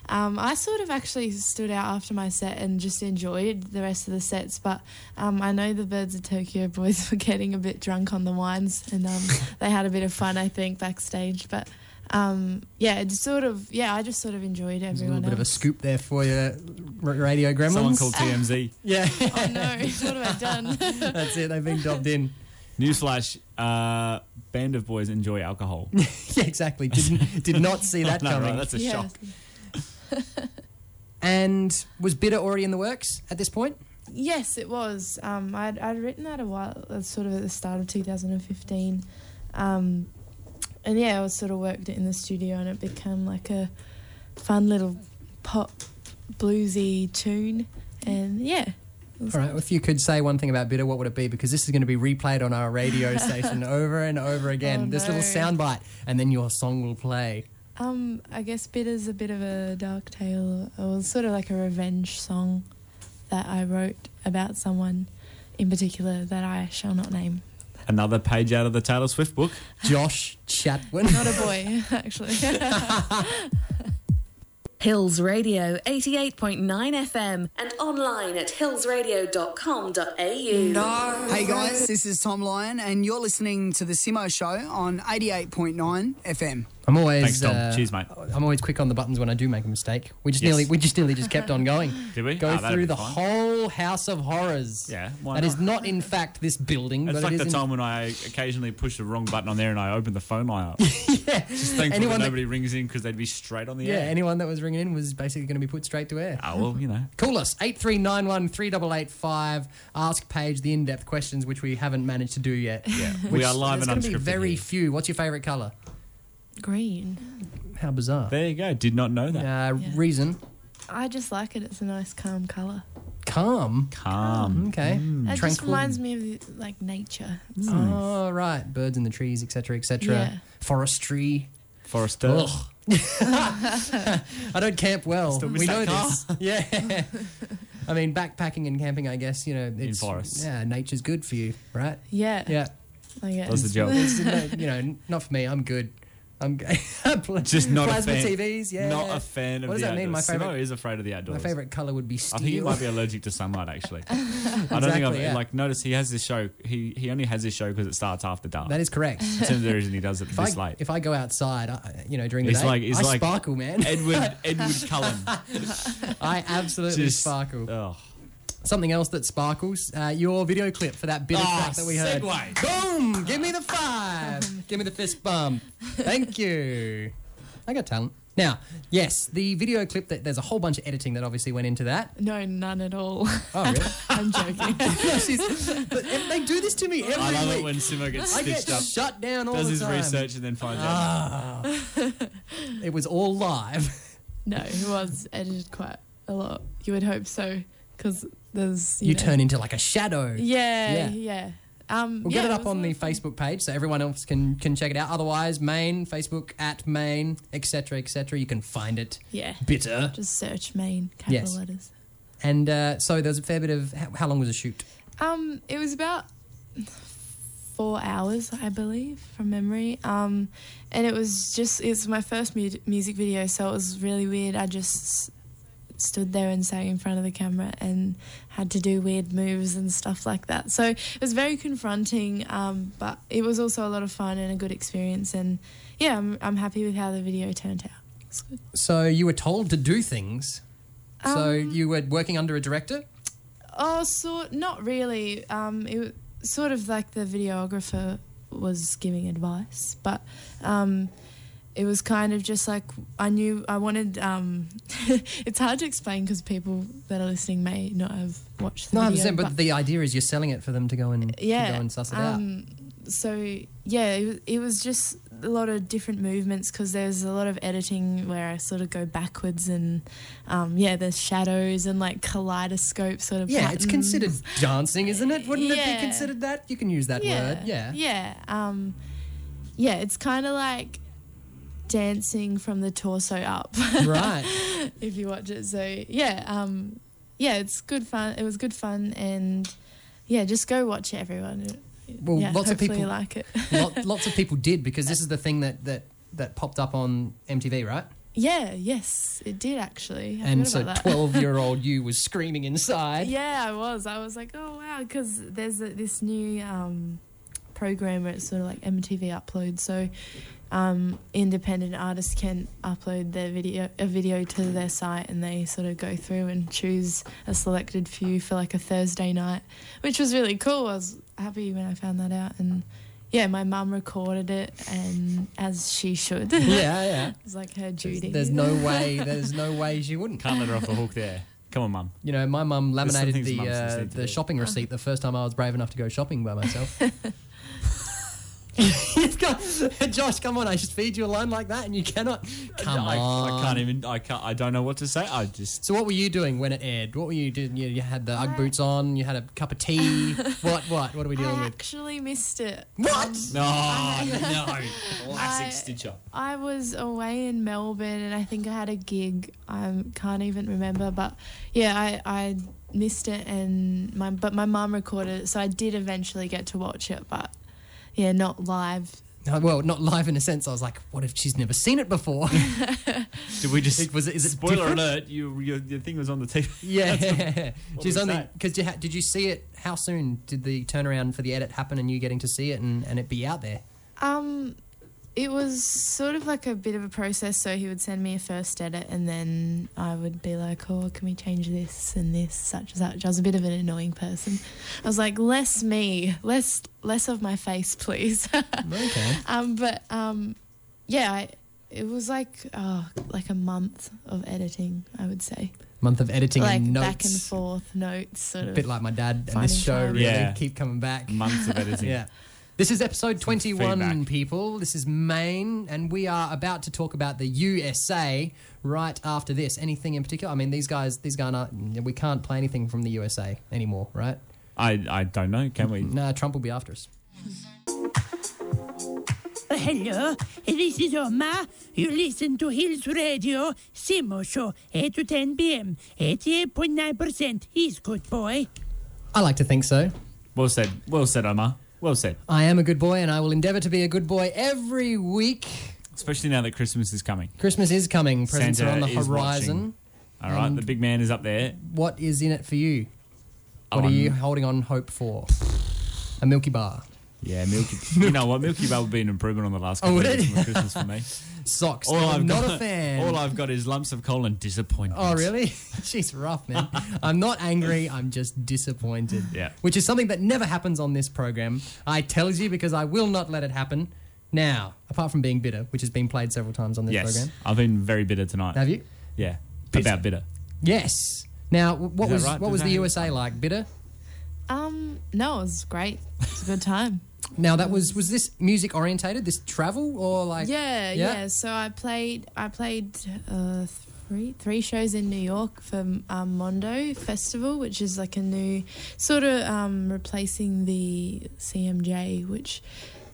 G: um, I sort of actually stood out after my set and just enjoyed the rest of the sets. But um, I know the Birds of Tokyo boys were getting a bit drunk on the wines, and um, they had a bit of fun, I think, backstage. But um, yeah, it just sort of yeah, I just sort of enjoyed
D: There's a little
G: everyone
D: bit of a
G: else.
D: scoop there for you, r- Radio Gremlins.
E: Someone called TMZ.
D: yeah.
G: oh no, what have I done?
D: That's it. They've been dobbed in.
E: Newsflash: uh, Band of boys enjoy alcohol.
D: yeah, exactly. Did, did not see that
E: Oh, No, right,
D: coming.
E: that's a Yeah. shock.
D: and was Bitter already in the works at this point?
G: Yes, it was. Um, I'd, I'd written that a while, uh, sort of at the start of 2015. Um, and yeah, I was sort of worked it in the studio and it became like a fun little pop bluesy tune. And yeah. it was
D: All right. If you could say one thing about Bitter, what would it be? Because this is going to be replayed on our radio station over and over again.
G: Oh,
D: this
G: no.
D: little soundbite, and then your song will play.
G: Um, I guess Bitter's a bit of a dark tale. It was sort of like a revenge song that I wrote about someone in particular that I shall not name.
E: Another page out of the Taylor Swift book.
D: Josh Chatwin.
G: Not a boy, actually.
A: Hills Radio 88.9 FM and online at hillsradio.com.au.
N: Hey guys, this is Tom Lyon, and you're listening to The Simo Show on 88.9 FM.
D: I'm always
E: Thanks, Tom.
D: uh,
E: Cheers, mate.
D: I'm always quick on the buttons when I do make a mistake. We just
E: Yes.
D: nearly we just nearly just kept on going.
E: Did we?
D: Go
E: Ah, that'd
D: through
E: be
D: the
E: fine.
D: whole House of Horrors.
E: Yeah, why
D: That
E: not?
D: is not in fact this building.
E: It's
D: but
E: like
D: it is
E: the
D: in-
E: time when I occasionally push the wrong button on there and I open the phone line up. yeah. Just thankful
D: Anyone
E: that
D: that-
E: nobody rings in because they'd be straight on the
D: yeah,
E: air.
D: anyone that was ringing in was basically going to be put straight to air.
E: Ah, well, you know.
D: Call us 8391 3885. Ask Paige the in depth questions, which we haven't managed to do yet. Yeah,
E: We are live and
D: going to
E: unscripted
D: be very few. What's your favourite colour?
G: Green.
D: How bizarre.
E: There you go. Did not know that.
D: Uh, Reason?
G: I just like it. It's a nice, calm colour.
D: Calm. Mm,
E: Calm. Mm.
D: Okay.
G: It just
D: Tranquil.
G: reminds me of like nature. It's nice.
D: Oh, right. Birds in the trees, etc., etc.
G: Yeah.
D: Forestry.
E: Forester.
D: Ugh. I don't camp well.
E: Still miss
D: we know
E: that car.
D: this. Yeah. I mean, backpacking and camping, I guess, you know, it's.
E: forests.
D: Yeah, nature's good for you, right?
G: Yeah.
D: Yeah.
G: Like it.
E: That's the joke.
D: It's no- you know, n- not for me. I'm good. I'm g-
E: Just not
D: plasma
E: a fan.
D: TVs. Yeah,
E: Not a fan of
D: What does
E: the
D: that mean? My
E: outdoors. Simo
D: favorite,
E: is afraid of the
D: my
E: outdoors.
D: favorite color would be
E: I think he
D: steel.
E: might be allergic to sunlight. Actually, I don't think I've
D: Exactly, yeah.
E: like noticed he has this show. He he only has this show because it starts after dark.
D: That is correct.
E: That's the only reason he does it
D: If
E: this
D: I,
E: late.
D: if I go outside, I, you know, during the
E: He's
D: day,
E: like he's
D: I
E: like
D: sparkle, man.
E: Edward Edward Cullen.
D: I absolutely
E: Just-
D: sparkle.
E: Oh.
D: Something else that sparkles, uh, your video clip for that bit of
E: Ah,
D: track that we heard.
E: segue.
D: Boom! Give me the five. Give me the fist bump. Thank you. I got talent. Now, yes, the video clip that there's a whole bunch of editing that obviously went into that.
G: No, none at all.
D: Oh, really?
G: I'm joking.
D: She's- but they do this to me every
E: I love it
D: week.
E: when Simo gets
D: I get
E: stitched up.
D: shut down all
E: does
D: the
E: his
D: time.
E: research and then finds
D: Ah. it was all live.
G: No, it was edited quite a lot. You would hope so, because there's you,
D: You,
G: know-
D: turn into like a shadow.
G: Yeah, yeah. Um,
D: We'll
G: yeah,
D: get it
G: was
D: up
G: a
D: on
G: lot
D: the
G: of fun.
D: Facebook page so everyone else can can check it out. Otherwise, main Facebook at main etc etc. You can find it.
G: Yeah.
D: Bitter.
G: Just search main capital
D: Yes.
G: letters.
D: And uh, so there's a fair bit of how, how long was the shoot?
G: Um, it was about four hours, I believe, from memory. Um, and it was just it's my first mu- music video, so it was really weird. I just s- stood there and sang in front of the camera and had to do weird moves and stuff like that. So it was very confronting, um, but it was also a lot of fun and a good experience. And yeah, I'm, I'm happy with how the video turned out. It's good.
D: So you were told to do things. so
G: Um,
D: you were working under a director.
G: Oh, sort not really. Um, it was sort of like the videographer was giving advice, but um, it was kind of just like I knew I wanted. Um, it's hard to explain because people that are listening may not have watched. The
D: No, I
G: video,
D: understand. But the idea is you're selling it for them to go and
G: yeah,
D: to go and suss it out.
G: um, So yeah, it, wa- it was just a lot of different movements because there's a lot of editing where I sort of go backwards and um, yeah, there's shadows and like kaleidoscope sort of.
D: Yeah, it's
G: patterns.
D: considered dancing, isn't it? Wouldn't it
G: mm. Yeah.
D: be considered that? You can use that
G: yeah,
D: word. Yeah.
G: Yeah. Um, yeah, it's kind of like dancing from the torso up.
D: Right.
G: if you watch it. So, yeah. Um, yeah, it's good fun. It was good fun. And yeah, just go watch it, everyone.
D: Well,
G: yeah,
D: lots of
G: hopefully you
D: people-
G: like it.
D: Lot, lots of people did because this is the thing that that that popped up on MTV, right?
G: yeah, yes, it did actually. I
D: and
G: forgot
D: so
G: about that.
D: 12 year old you was screaming inside.
G: Yeah, I was. I was like, oh wow, because there's a, this new um, program where it's sort of like MTV upload, so um, independent artists can upload their video a video to their site, and they sort of go through and choose a selected few for like a Thursday night, which was really cool. I was happy when I found that out, and yeah, my mum recorded it, and as she should.
D: Yeah, yeah.
G: it's like her duty.
D: There's no way. There's no way she wouldn't.
E: Can't let her off the hook there. Come on, mum.
D: You know, my mum
E: There's some
D: laminated
E: things
D: the
E: mums just
D: uh,
E: need to
D: the
E: do.
D: shopping receipt the first time I was brave enough to go shopping by myself. You've got- Josh, come on! I just feed you alone like that, and you cannot. Come
E: I,
D: on!
E: I can't even. I can't. I don't know what to say. I just.
D: So what were you doing when it aired? What were you doing? You, you had the Ugg boots on. You had a cup of tea. what? What? What are we dealing
G: I
D: with?
G: actually missed it.
D: What?
G: I-
E: oh, no.
G: I-
E: Classic Stitcher.
G: I was away in Melbourne and I think I had a gig. I can't even remember, but yeah, I, I missed it and my but my mum recorded it, so I did eventually get to watch it, but yeah, not live.
D: No, well, not live in a sense. I was like, what if she's never seen it before?
E: Did we just?
D: was it- is it
E: spoiler
D: different?
E: alert? You, your, your thing was on the TV.
D: yeah,
E: what
D: she's
E: we
D: only
E: say.
D: because you ha- did you see it? How soon did the turnaround for the edit happen, and you getting to see it and, and it be out there?
G: Um, it was sort of like a bit of a process. So he would send me a first edit, and then I would be like, "Oh, can we change this and this, such and such?" I was a bit of an annoying person. I was like, "Less me, less less of my face, please."
D: okay.
G: Um, but um, yeah, I, it was like oh, like a month of editing, I would say.
D: Month of editing
G: like
D: and notes.
G: back and forth notes, sort
D: a
G: of.
D: bit like my dad and
G: finding
D: this show
G: time.
D: really
E: Yeah.
D: keep coming back
E: Months of editing.
D: yeah this is episode 21
E: feedback.
D: people this is maine and we are about to talk about the usa right after this anything in particular i mean these guys these guys are we can't play anything from the usa anymore right
E: I, I don't know. Can we?
D: nah trump will be after us
Q: Hello, this is Omar. You listen to Hills Radio, Simo Show, 8 to 10 p.m. 88.9% is good, boy.
D: i like to think so
E: Well said. Well said, Omar. Well said.
D: i am a good boy and i will endeavor to be a good boy every week
E: Especially now that Christmas is coming.
D: christmas is coming presents
E: Santa
D: are on the
E: is
D: horizon
E: watching. All right,
D: And-
E: the big man is up there.
D: what is in it for you
E: Oh,
D: what are you
E: I'm-
D: holding on hope for a milky bar
E: Yeah, Milky. you know what? Milky Bar would be an improvement on the last
D: Oh,
E: couple
D: would
E: of
D: it?
E: Christmas- Christmas for me.
D: socks
E: All
D: i'm
E: I've
D: not
E: got,
D: a fan
E: All I've got is lumps of coal and disappointment.
D: Oh, really? She's rough, man. I'm not angry. I'm just disappointed.
E: Yeah.
D: Which is something that never happens on this program. I tells you because I will not let it happen. Now, apart from being bitter, which has been played several times on this
E: Yes,
D: program.
E: I've been very bitter tonight.
D: Have you?
E: Yeah, about bitter.
D: Yes. Now, w- what
E: Is that
D: was
E: right?
D: what
E: Does
D: was
E: that
D: the
E: happen?
D: USA like? Bitter.
G: Um, no, it was great. It was a good time.
D: Now that was was this music orientated? This travel or like?
G: yeah, yeah, So I played, I played uh, three three shows in New York for um, Mondo Festival, which is like a new sort of um, replacing the CMJ, which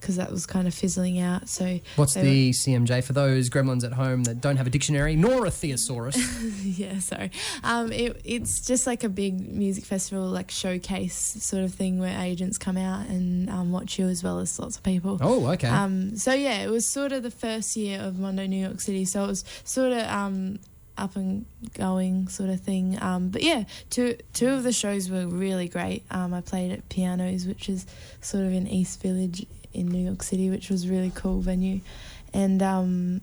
G: because that was kind of fizzling out. So
D: What's
G: they
D: the CMJ for those gremlins at home that don't have a dictionary nor a thesaurus?
G: yeah, sorry. Um, it, it's just like a big music festival, like showcase sort of thing where agents come out and um, watch you as well as lots of people.
D: Oh, okay.
G: Um, so yeah, it was sort of the first year of Mondo New York City, so it was sort of um, up and going sort of thing. Um, but yeah, two two of the shows were really great. Um, I played at Pianos, which is sort of in East Village in New York City, which was a really cool venue, and um,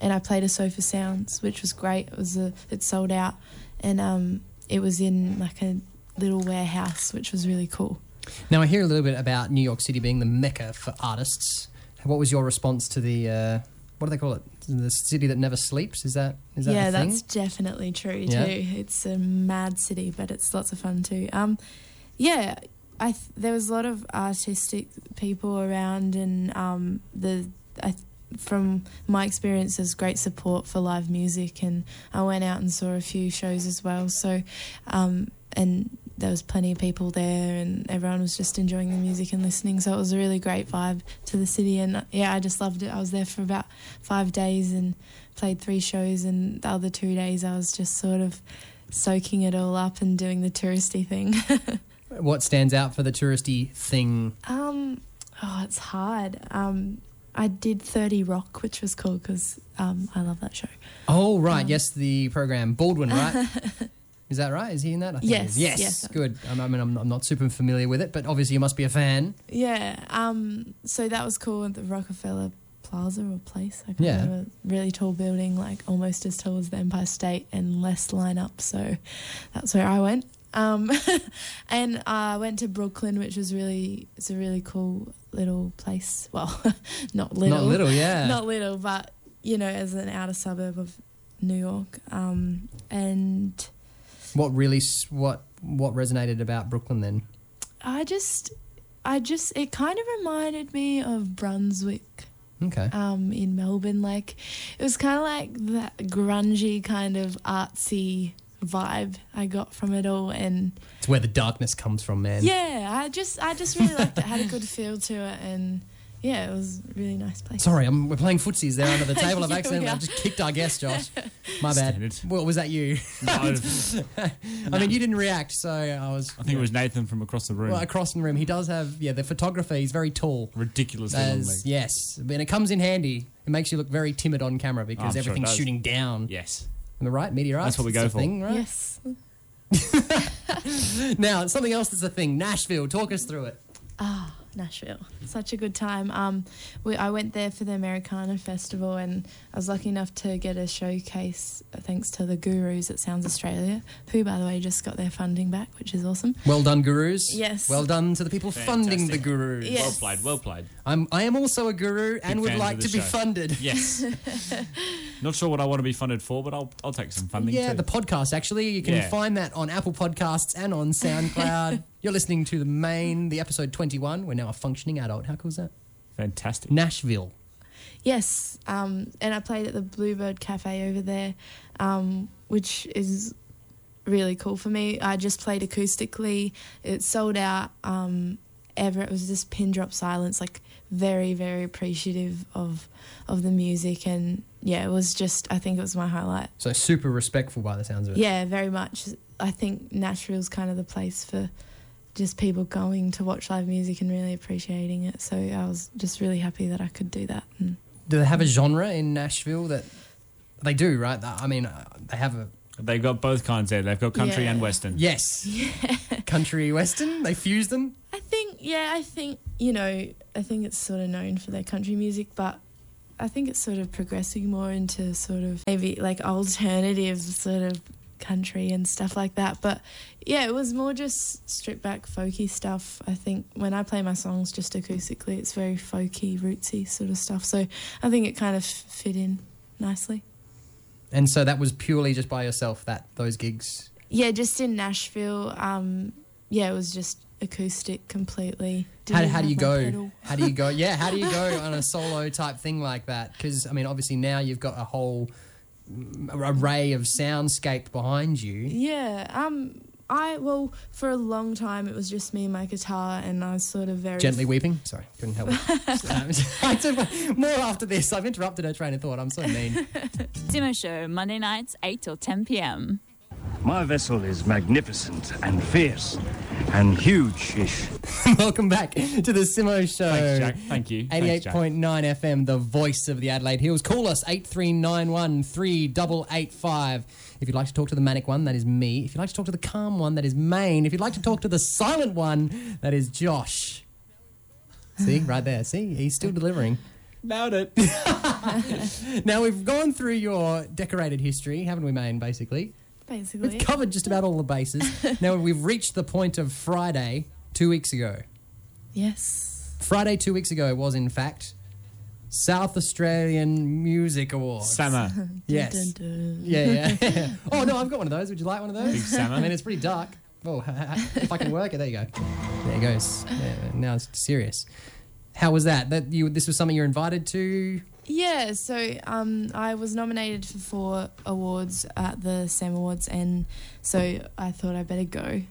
G: and I played a Sofa Sounds, which was great. It was a, it sold out, and um, it was in like a little warehouse, which was really cool.
D: Now I hear a little bit about New York City being the mecca for artists. What was your response to the uh, what do they call it? The city that never sleeps. Is that is that
G: yeah,
D: a thing?
G: that's definitely true
D: Yeah.
G: too. It's a mad city, but it's lots of fun too. Um, yeah, I th- there was a lot of artistic people around, and um, the I th- from my experience, there's great support for live music, and I went out and saw a few shows as well. So, um, and there was plenty of people there, and everyone was just enjoying the music and listening. So it was a really great vibe to the city, and uh, yeah, I just loved it. I was there for about five days and played three shows, and the other two days I was just sort of soaking it all up and doing the touristy thing.
D: What stands out for the touristy thing?
G: Um, oh, it's hard. Um, I did 30 Rock, which was cool because um, I love that show.
D: Oh right, yes, the program Baldwin, right? is that right? Is he in that? I think he
G: Yes,
D: is. yes,
G: yes.
D: Good. I mean, I'm, I'm not super familiar with it, but obviously you must be a fan.
G: Yeah. Um, so that was cool at the Rockefeller Plaza or place. I can't
D: Yeah.
G: remember. Really tall building, like almost as tall as the Empire State and less lineup. So that's where I went. Um, and I went to Brooklyn, which was really, it's a really cool little place. Well, not little.
D: little, yeah.
G: Not little, but, you know, as an outer suburb of New York. Um, and
D: What really? s- What what resonated about Brooklyn then?
G: I just, I just, it kind of reminded me of Brunswick.
D: Okay.
G: um, in Melbourne. Like it was kind of like that grungy kind of artsy vibe I got from it all, and
D: It's where the darkness comes from, man.
G: yeah, I just I just really liked it. Had a good feel to it, and yeah, it was a really nice place.
D: Sorry, I'm, we're playing footsies there under the table. I've
G: Yeah, we
D: accidentally
G: are.
D: I've just kicked our guest, Josh. My bad. Well, was that you?
E: No.
D: I mean, you didn't react, so I was.
E: I think it was Nathan from across the room.
D: Well, across the room, he does have yeah. The photographer, he's very tall.
E: Ridiculously long
D: As,
E: legs.
D: yes, and it comes in handy. It makes you look very timid on camera because
E: I'm sure it
D: everything's
E: does.
D: shooting down.
E: Yes.
D: Am I right? Meteorites.
E: That's what we
D: it's
E: go
D: a
E: for.
D: Thing, right?
G: Yes.
D: Now, something else that's a thing. Nashville. Talk us through it.
G: Ah, Nashville. Such a good time. Um, we, I went there for the Americana Festival and I was lucky enough to get a showcase uh, thanks to the gurus at Sounds Australia, who, by the way, just got their funding back, which is awesome.
D: Well done, gurus.
G: Yes.
D: Well done to the people funding the
E: Fantastic.
D: gurus.
G: Yes. Well
E: played. Well played.
D: I'm, I am also a guru and would
E: fans
D: like
E: of
D: to
E: the
D: be
E: show.
D: funded.
E: Yes. Not sure what I want to be funded for, but I'll I'll take some funding.
D: yeah,
E: too.
D: the podcast, actually. You can
E: Yeah.
D: find that on Apple Podcasts and on SoundCloud. You're listening to the main, the episode 21. We're now a functioning adult. How cool is that?
E: Fantastic.
D: Nashville.
G: Yes, um, and I played at the Bluebird Cafe over there, um, which is really cool for me. I just played acoustically. It sold out. Um, ever it was just pin drop silence. Like very very appreciative of of the music and yeah, it was just I think it was my highlight.
D: So super respectful by the sounds of it.
G: Yeah, very much. I think Nashville's kind of the place for just people going to watch live music and really appreciating it. So I was just really happy that I could do that. And
D: Do they have a genre in Nashville that they do, right? I mean, uh, they have a
E: They've got both kinds there. They've got country
G: Yeah.
E: and western.
D: yes, country western. They fuse them.
G: I think, yeah, I think, you know, I think it's sort of known for their country music, but I think it's sort of progressing more into sort of maybe like alternative sort of country and stuff like that. But yeah, it was more just stripped back folky stuff. I think when I play my songs just acoustically, it's very folky, rootsy sort of stuff. So I think it kind of f- fit in nicely.
D: And so that was purely just by yourself. That those gigs.
G: Yeah, just in Nashville, um, yeah, it was just acoustic
D: how,
G: completely. Didn't
D: how do
G: have
D: you
G: my
D: go?
G: pedal.
D: How do you go? Yeah, how do you go on a solo type thing like that? Because I mean, obviously now you've got a whole mm, array of soundscape behind you.
G: Yeah. Um. I well for a long time it was just me and my guitar and I was sort of very
D: Gently weeping. Sorry, couldn't help it. Um, I did- More after this. I've interrupted her train of thought. I'm so mean.
O: Simo Show, Monday nights, 8 till 10 p.m.
R: My vessel is magnificent and fierce and huge-ish.
D: Welcome back to the Simo Show.
E: Thanks, Jack. Thank you. Thanks, Jack.
D: 88.9 FM, the voice of the Adelaide Hills. Call us 8391 3885. If you'd like to talk to the manic one, that is me. If you'd like to talk to the calm one, that is Maine. If you'd like to talk to the silent one, that is Josh. See, right there. See, he's still delivering.
K: Nailed it.
D: Now, we've gone through your decorated history, haven't we, Maine, basically?
G: Basically.
D: We've covered just about all the bases. now, we've reached the point of Friday two weeks ago.
G: Yes.
D: Friday two weeks ago was in fact South Australian Music Awards.
E: Summer.
D: Yes. Yeah, yeah. oh no, I've got one of those. Would you like one of those?
E: Big Summer.
D: I mean, it's pretty dark. Oh, if I can work it, there you go. There it goes. Yeah, now it's serious. How was that? That you? This was something you're invited to.
G: Yeah, so um, I was nominated for four awards at the SAM Awards, and so I thought I better go,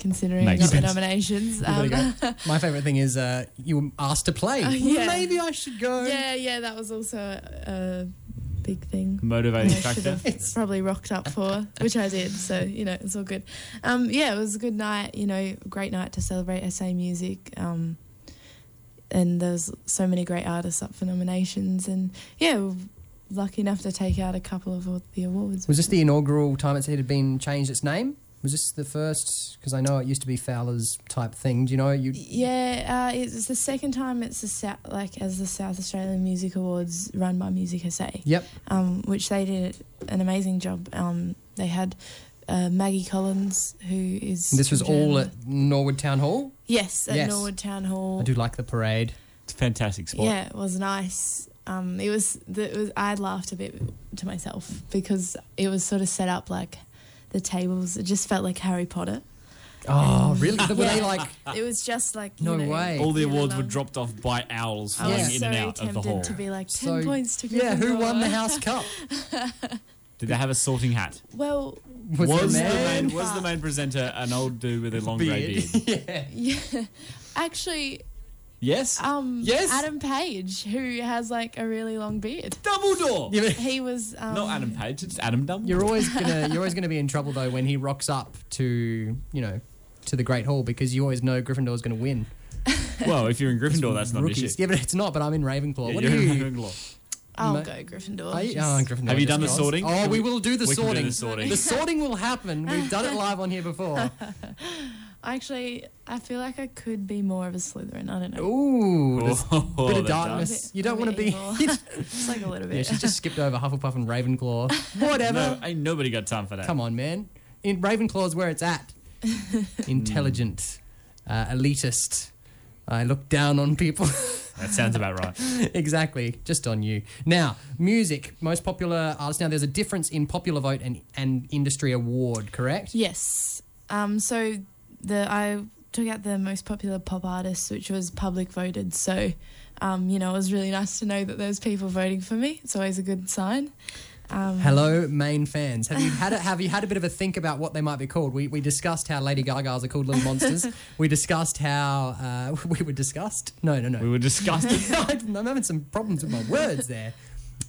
G: considering I
D: Makes
G: got the
D: sense.
G: nominations. Um,
D: You really go- My favourite thing is uh, you were asked to play.
G: Uh, yeah.
D: Maybe I should go.
G: Yeah, yeah, that was also a, a big thing.
E: Motivating
G: that I should
E: factor.
G: have probably rocked up for, which I did. So you know, it's all good. Um, yeah, it was a good night. You know, great night to celebrate SA music. Um, and there's so many great artists up for nominations, and yeah, we were lucky enough to take out a couple of the awards.
D: Was this the inaugural time it had been changed its name? Was this the first? Because I know it used to be Fowler's type thing. Do you know you?
G: Yeah, uh, it's the second time it's the Sou- like as the South Australian Music Awards run by Music SA.
D: Yep.
G: um, which they did an amazing job. Um, they had uh, Maggie Collins, who is
D: This was
G: from
D: all
G: Germany.
D: at Norwood Town Hall.
G: yes at
D: Yes.
G: Norwood Town Hall.
D: I do like the parade.
E: It's a fantastic
G: Yeah, it was nice. Um, it was, the, it was I laughed a bit to myself because it was sort of set up like the tables. It just felt like Harry Potter.
D: Oh, really? Were they
G: Yeah.
D: like?
G: It was just like you
D: No
G: know,
D: way.
E: Ah. All the
G: you know,
E: awards were
G: like-
E: dropped off by owls
G: I
E: flying
G: was
E: in
G: so
E: and out of the
G: tempted
E: hall.
G: to be like ten
D: So-
G: points to
D: Yeah, who won the
G: Gryffindor."
D: House Cup?
E: Did they have a sorting hat?
G: Well,
E: Was, the,
G: man-
E: main, was the main presenter an old dude with a long grey
D: Beard.
E: beard?
G: yeah, actually,
E: Yes.
D: Ah.
G: Um,
E: Yes.
G: Adam Page, who has like a really long beard.
E: Dumbledore.
G: He was. Um,
E: Not Adam Page. It's Adam Dumbledore.
D: You're always gonna you're always gonna be in trouble though when he rocks up to you know to the Great Hall because you always know Gryffindor's gonna win.
E: Well, if you're in Gryffindor, that's not an issue.
D: Rookies. Yeah, but it's not. But I'm in Ravenclaw.
E: Yeah,
D: what
E: you're
D: are
E: in
D: you?
E: Ravenclaw.
G: I'll
D: Ma-
G: go Gryffindor.
D: Are you-
G: Just-
D: oh, Gryffindor
E: Have you
D: just
E: done the
D: goes.
E: sorting?
D: Oh,
E: Can
D: we
E: we-
D: will do the
E: we can do
D: sorting.
E: the sorting.
D: The sorting will happen. We've done it live on here before.
G: Actually, I feel like I could be more of a Slytherin. I don't know.
D: Ooh, there's
E: Oh,
D: a bit of
E: the dark-
D: darkness.
G: Bit-
D: You don't
G: a
D: want to
G: bit
D: be.
G: evil. It's like a little bit.
D: Yeah, she's just skipped over Hufflepuff and Ravenclaw. Whatever.
E: No, ain't nobody got time for that.
D: Come on, man. In Ravenclaw's where it's at. Intelligent, uh, elitist. I look down on people.
E: That sounds about right.
D: exactly, just on you. Now, music, most popular artist. Now, there's a difference in popular vote and, and industry award, correct?
G: Yes. Um, so the I took out the most popular pop artists, which was public voted. So, um, you know, it was really nice to know that there's people voting for me. It's always a good sign. Um,
D: Hello, main fans. Have you had a, have you had a bit of a think about what they might be called? We, we discussed how Lady Gagas are called Little Monsters. we discussed how uh, we were discussed. No, no, no.
E: We were disgusted.
D: I'm having some problems with my words there.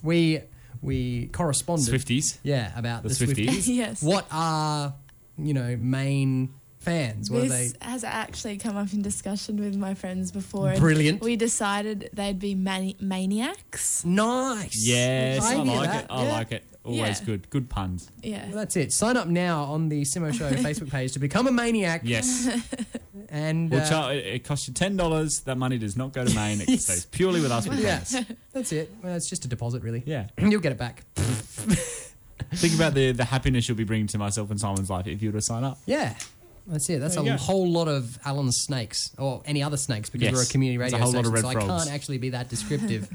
D: We we corresponded.
E: Swifties.
D: Yeah, about the,
E: The
D: Swifties.
E: Swifties.
G: Yes.
D: What are you know main fans? What are they?
G: This has actually come up in discussion with my friends before. and
D: Brilliant.
G: We decided they'd be mani- maniacs.
D: Nice.
E: Yes, I,
D: knew
E: like
D: that,
E: it. I
D: yeah.
E: like it. Always
G: Yeah.
E: good. Good puns.
G: Yeah.
D: Well, that's it. Sign up now on the Simo Show Facebook page to become a maniac.
E: Yes.
D: And
E: Well,
D: uh,
E: Char- it, it costs you ten dollars. That money does not go to Maine. It
D: Yes.
E: stays purely with us. We
D: Yeah.
E: promise.
D: that's it. Well, it's just a deposit, really.
E: Yeah.
D: You'll get it back.
E: Think about the the happiness you'll be bringing to myself and Simon's life if you were to sign up.
D: Yeah. That's it. That's a
E: There you go.
D: whole lot of Alan's snakes or any other snakes because
E: Yes.
D: we're a community
E: It's
D: radio
E: a whole lot of
D: station,
E: red
D: so I
E: frogs.
D: can't actually be that descriptive.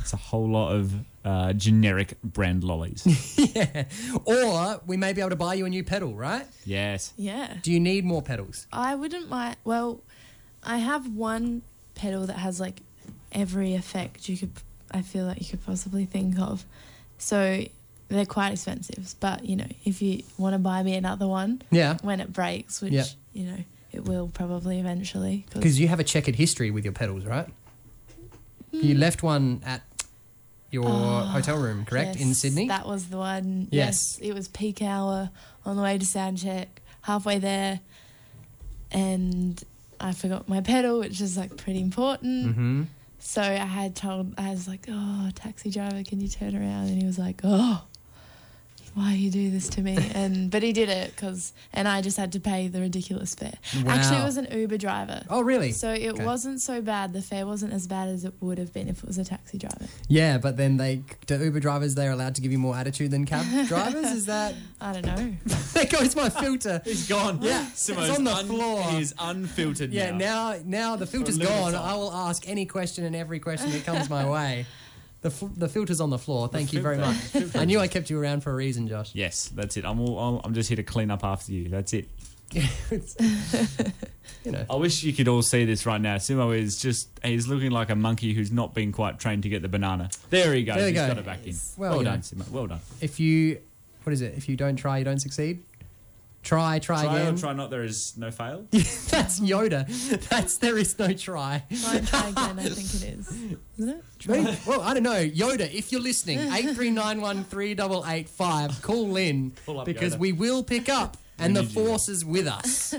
E: It's a whole lot of uh, generic brand lollies.
D: or we may be able to buy you a new pedal, right?
E: yes.
G: Yeah.
D: Do you need more pedals?
G: I wouldn't mind. Well, I have one pedal that has like every effect you could. I feel like you could possibly think of. So they're quite expensive, but you know, if you want to buy me another one,
D: Yeah.
G: when it breaks, which
D: Yeah.
G: you know it will probably eventually.
D: Because you have a checkered history with your pedals, right? You left one at. your
G: Oh,
D: hotel room, correct? In
G: Yes,
D: Sydney?
G: That was the one.
D: Yes.
G: Yes. It was peak hour on the way to sound check, halfway there. And I forgot my pedal, which is like pretty important.
D: Mm-hmm.
G: So I had told, I was like, oh, taxi driver, can you turn around? And he was like, oh, why you do this to me? And but he did it because, and I just had to pay the ridiculous fare. Actually, it
D: Wow.
G: was an Uber driver.
D: Oh, really?
G: So it
D: Okay.
G: wasn't so bad. The fare wasn't as bad as it would have been if it was a taxi driver.
D: Yeah, but then they do Uber drivers they're allowed to give you more attitude than cab drivers? Is that
G: I don't know.
D: there goes my filter. He's gone. Yeah,
E: Simo's
D: it's on the
E: un-
D: floor.
E: He is unfiltered
D: yeah,
E: now.
D: now now the filter's
E: limit
D: gone.
E: on.
D: I will ask any question and every question that comes my way. The, f- the filter's on the floor. Thank you very much. I knew I kept you around for a reason, Josh.
E: Yes, that's it. I'm all, I'm- I'm just here to clean up after you. That's it. I wish you could all see this right now. Simo is just, he's looking like a monkey who's not been quite trained to get the banana. There he goes.
D: There
E: He's
D: you go.
E: got it back in.
D: Well,
E: Well,
D: you
E: done,
D: know.
E: Simo. Well done.
D: If you, what is it? If you don't try, you don't succeed. Try, try,
E: try
D: again.
E: or try not, there is no fail.
D: That's Yoda. That's there is no try.
G: Try, try again. I think it is. Isn't it?
D: Maybe- well, I don't know, Yoda. If you're listening, eight three nine one three double eight five. Call in
E: up,
D: because
E: Yoda.
D: we will pick up, and
E: We
D: the
E: need you.
D: force is with us.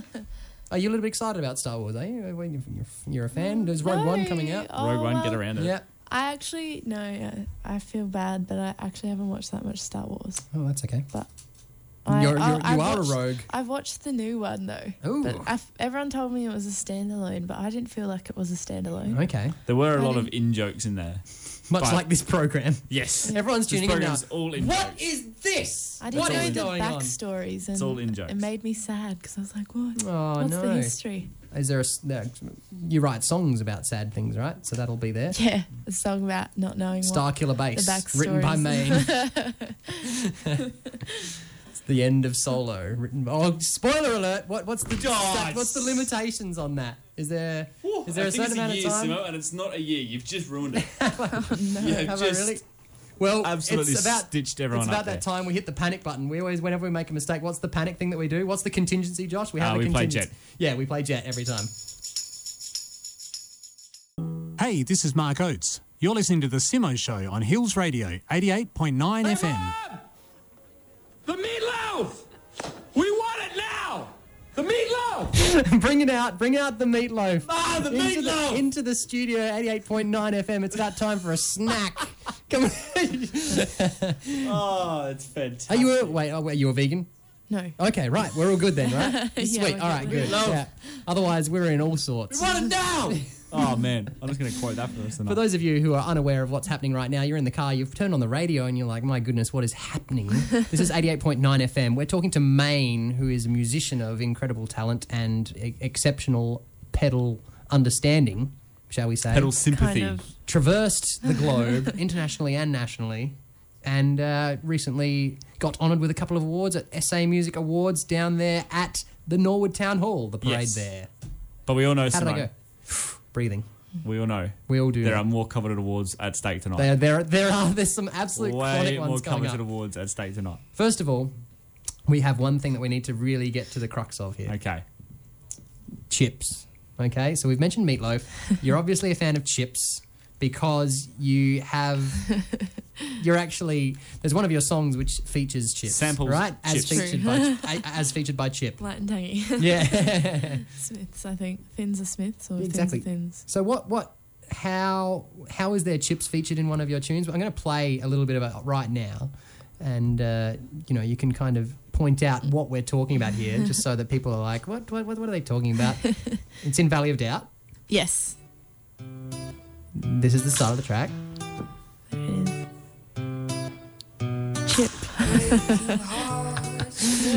D: Are you a little bit excited about Star Wars? Are you? When you- You're, you're a fan. There's Rogue One coming out.
G: Oh, Rogue One, well, get
E: around
G: it.
D: Yeah.
G: I actually no. I- I feel bad, but I actually haven't watched that much Star Wars.
D: Oh, that's okay.
G: But
D: you're,
G: I-
D: you're,
G: I-
D: you
G: I've
D: are
G: watched-
D: a rogue.
G: I've watched the new one though.
D: Ooh.
G: But I f everyone told me it was a standalone, but I didn't feel like it was a standalone.
D: Okay.
E: There were a
G: I
E: lot of
G: didn't-
E: in jokes in there.
D: Much
E: But-
D: like this program.
E: Yes.
D: Everyone's
E: This
D: tuning in now.
E: program's all in
D: What
E: jokes.
D: is this?
G: I didn't
D: What
G: know
D: is
G: the
D: going on?
G: backstories, and
E: all in jokes.
G: it made me sad because I was like, "What?
D: Oh,
G: What's
D: no.
G: the history?"
D: Is there a s- there- you write songs about sad things, right? So that'll be there.
G: Yeah, a song about not knowing
D: Star
G: what
D: Killer
G: the
D: Bass,
G: backstory
D: written by
G: is.
D: Maine. It's the end of Solo. Written. Oh, spoiler alert! What what's the
E: Guys.
D: what's the limitations on that? Is there is there
E: I
D: a certain
E: think it's
D: amount
E: a
D: of
E: year,
D: time?
E: Simo, and it's not a year. You've just ruined it. You have
D: Have I
E: just
D: really? Well,
E: absolutely
D: it's about
E: stitched everyone
D: It's about
E: up
D: that
E: there.
D: time we hit the panic button. We always, whenever we make a mistake, what's the panic thing that we do? What's the contingency, Josh? We have
E: Ah,
D: a
E: we play
D: contingency.
E: Jet.
D: Yeah, we play Jet every time.
F: Hey, this is Mark Oates. You're listening to The Simo Show on Hills Radio 88.9 FM.
R: The meatloaf! We want it now! The meatloaf!
D: bring it out, bring out the meatloaf.
E: Oh,
R: Ah, the
D: into
R: meatloaf!
D: The, into the studio, 88.9 FM. It's about time for a snack. Come on.
E: Oh, it's fantastic.
D: Are you a, wait, oh, wait, you a vegan?
G: No.
D: Okay, right. We're all good then, right?
G: Yeah,
D: Sweet.
G: we're
D: all right,
G: good.
D: good.
E: Meatloaf.
D: Yeah. Otherwise, we're in all sorts.
R: Run it down!
E: Oh, man. I'm just going to quote that for the rest of the
D: For
E: night.
D: those of you who are unaware of what's happening right now, you're in the car, you've turned on the radio, and you're like, my goodness, what is happening? this is 88.9 FM. We're talking to Maine, who is a musician of incredible talent and e- exceptional pedal understanding, shall we say.
E: Pedal sympathy.
G: Kind of.
D: Traversed the globe, internationally and nationally, and uh, recently got honoured with a couple of awards at SA Music Awards down there at the Norwood Town Hall, the parade
E: Yes.
D: there.
E: But we all know,
D: How did I
E: Simo.
D: go? Breathing.
E: We all know.
D: We all do.
E: There are more coveted awards at stake tonight.
D: There, there, there are there's some absolute
E: Way
D: iconic
E: more
D: ones coming
E: coveted
D: up.
E: awards at stake tonight.
D: First of all, we have one thing that we need to really get to the crux of here:
E: Okay.
D: chips. Okay, so we've mentioned meatloaf. You're obviously a fan of chips because you have. You're actually there's one of your songs which features chips.
E: Samples
D: right as
E: chips.
D: featured by
G: True.
D: a- as featured by Chip.
G: Light and tangy.
D: Yeah.
G: Smiths, I think. Thins are Smiths or
D: Exactly.
G: Thins are Thins.
D: So what what how how is there chips featured in one of your tunes? I'm going to play a little bit of it right now, and uh, you know you can kind of point out what we're talking about here, just so that people are like, what what what, what are they talking about? it's in Valley of Doubt.
G: Yes.
D: This is the start of the track.
G: Chip.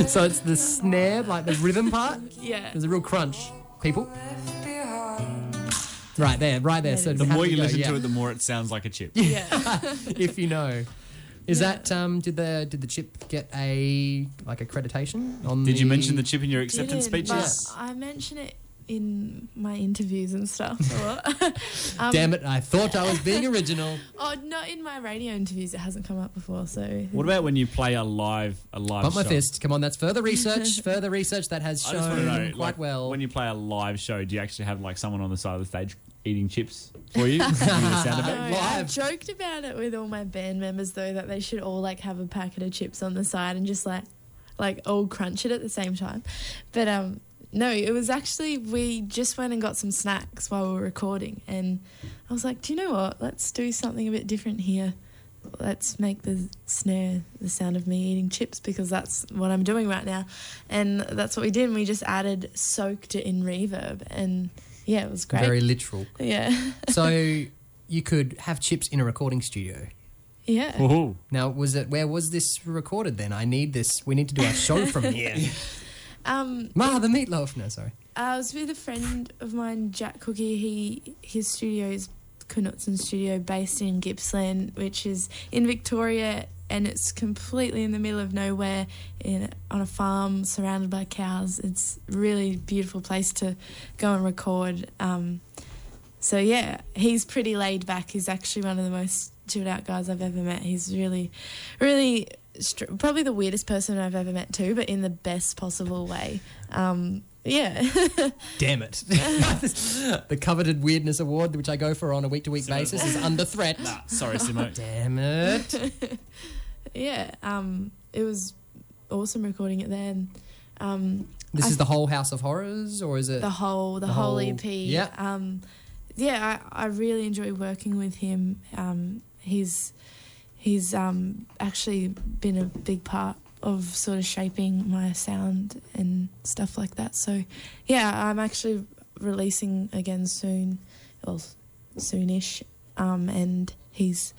D: so it's the snare, like the rhythm part.
G: Yeah.
D: There's a real crunch, people. Right there, right there. So
E: The
D: how
E: more
D: did
E: you
D: go?
E: listen to
D: Yeah.
E: it, the more it sounds like a chip.
D: if you know. Is that um, did the did the chip get a like accreditation on?
E: Did you
D: the-
E: mention the chip in your acceptance
G: Didn't,
E: speeches?
G: but I mention it in my interviews and stuff. or- um,
D: Damn it! I thought I was being original.
G: Oh, not in my radio interviews. It hasn't come up before, so
E: What about when you play a live a live?
D: Bump my
E: show?
D: fist. Come on, that's further research. further research that has
E: I just want
D: shown
E: to know,
D: quite
E: like,
D: well.
E: When you play a live show, do you actually have like someone on the side of the stage eating chips for you? Doing the sound
G: No,
E: effect?
G: I've joked about it with all my band members though that they should all like have a packet of chips on the side and just like like all crunch it at the same time. But um no, it was actually we just went and got some snacks while we were recording and I was like, Do you know what? Let's do something a bit different here. Let's make the snare the sound of me eating chips because that's what I'm doing right now. And that's what we did and we just added soaked it in reverb and yeah, it was great.
D: Very literal.
G: Yeah.
D: so you could have chips in a recording studio.
G: Yeah.
D: Now, was it where was this recorded? Then I need this. We need to do our show from here.
G: Um,
D: Ma, the meatloaf. No, sorry.
G: Uh, I was with a friend of mine, Jack Cookie. He his studio is Knutson Studio, based in Gippsland, which is in Victoria, and it's completely in the middle of nowhere, in on a farm surrounded by cows. It's really beautiful place to go and record. Um, so yeah, he's pretty laid back. He's actually one of the most chilled out guys I've ever met. He's really, really str- probably the weirdest person I've ever met too, but in the best possible way. Um, yeah,
D: Damn it! the coveted weirdness award, which I go for on a week-to-week basis, is under threat.
E: Nah, sorry, Simo.
D: Damn it!
G: yeah. Um, it was awesome recording it then. Um,
D: This
G: I-
D: is the whole House of Horrors, or is it
G: the whole Uh, the, whole, EP.
D: Yeah.
G: Um, yeah, I, I really enjoy working with him. Um, he's he's um, actually been a big part of sort of shaping my sound and stuff like that. So yeah, I'm actually releasing again soon, or s- soonish, um, and he's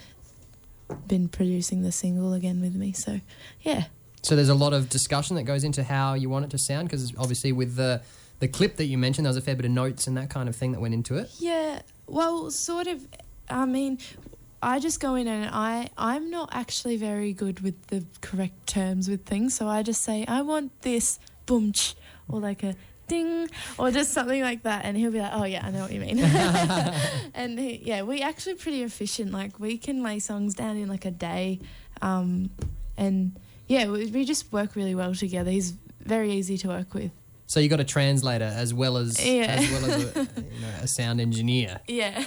G: been producing the single again with me. So yeah.
D: So there's a lot of discussion that goes into how you want it to sound, because obviously with the the clip that you mentioned, there was a fair bit of notes and that kind of thing that went into it.
G: Yeah, well, sort of. I mean, I just go in and I I'm not actually very good with the correct terms with things, so I just say I want this boomch or like a ding or just something like that, and he'll be like, oh yeah, I know what you mean. and he, yeah, we actually pretty efficient. Like we can lay songs down in like a day, um, and yeah, we, we just work really well together. He's very easy to work with.
D: So you got a translator as well as
G: Yeah.
D: as well as a, you know, a sound engineer.
G: Yeah.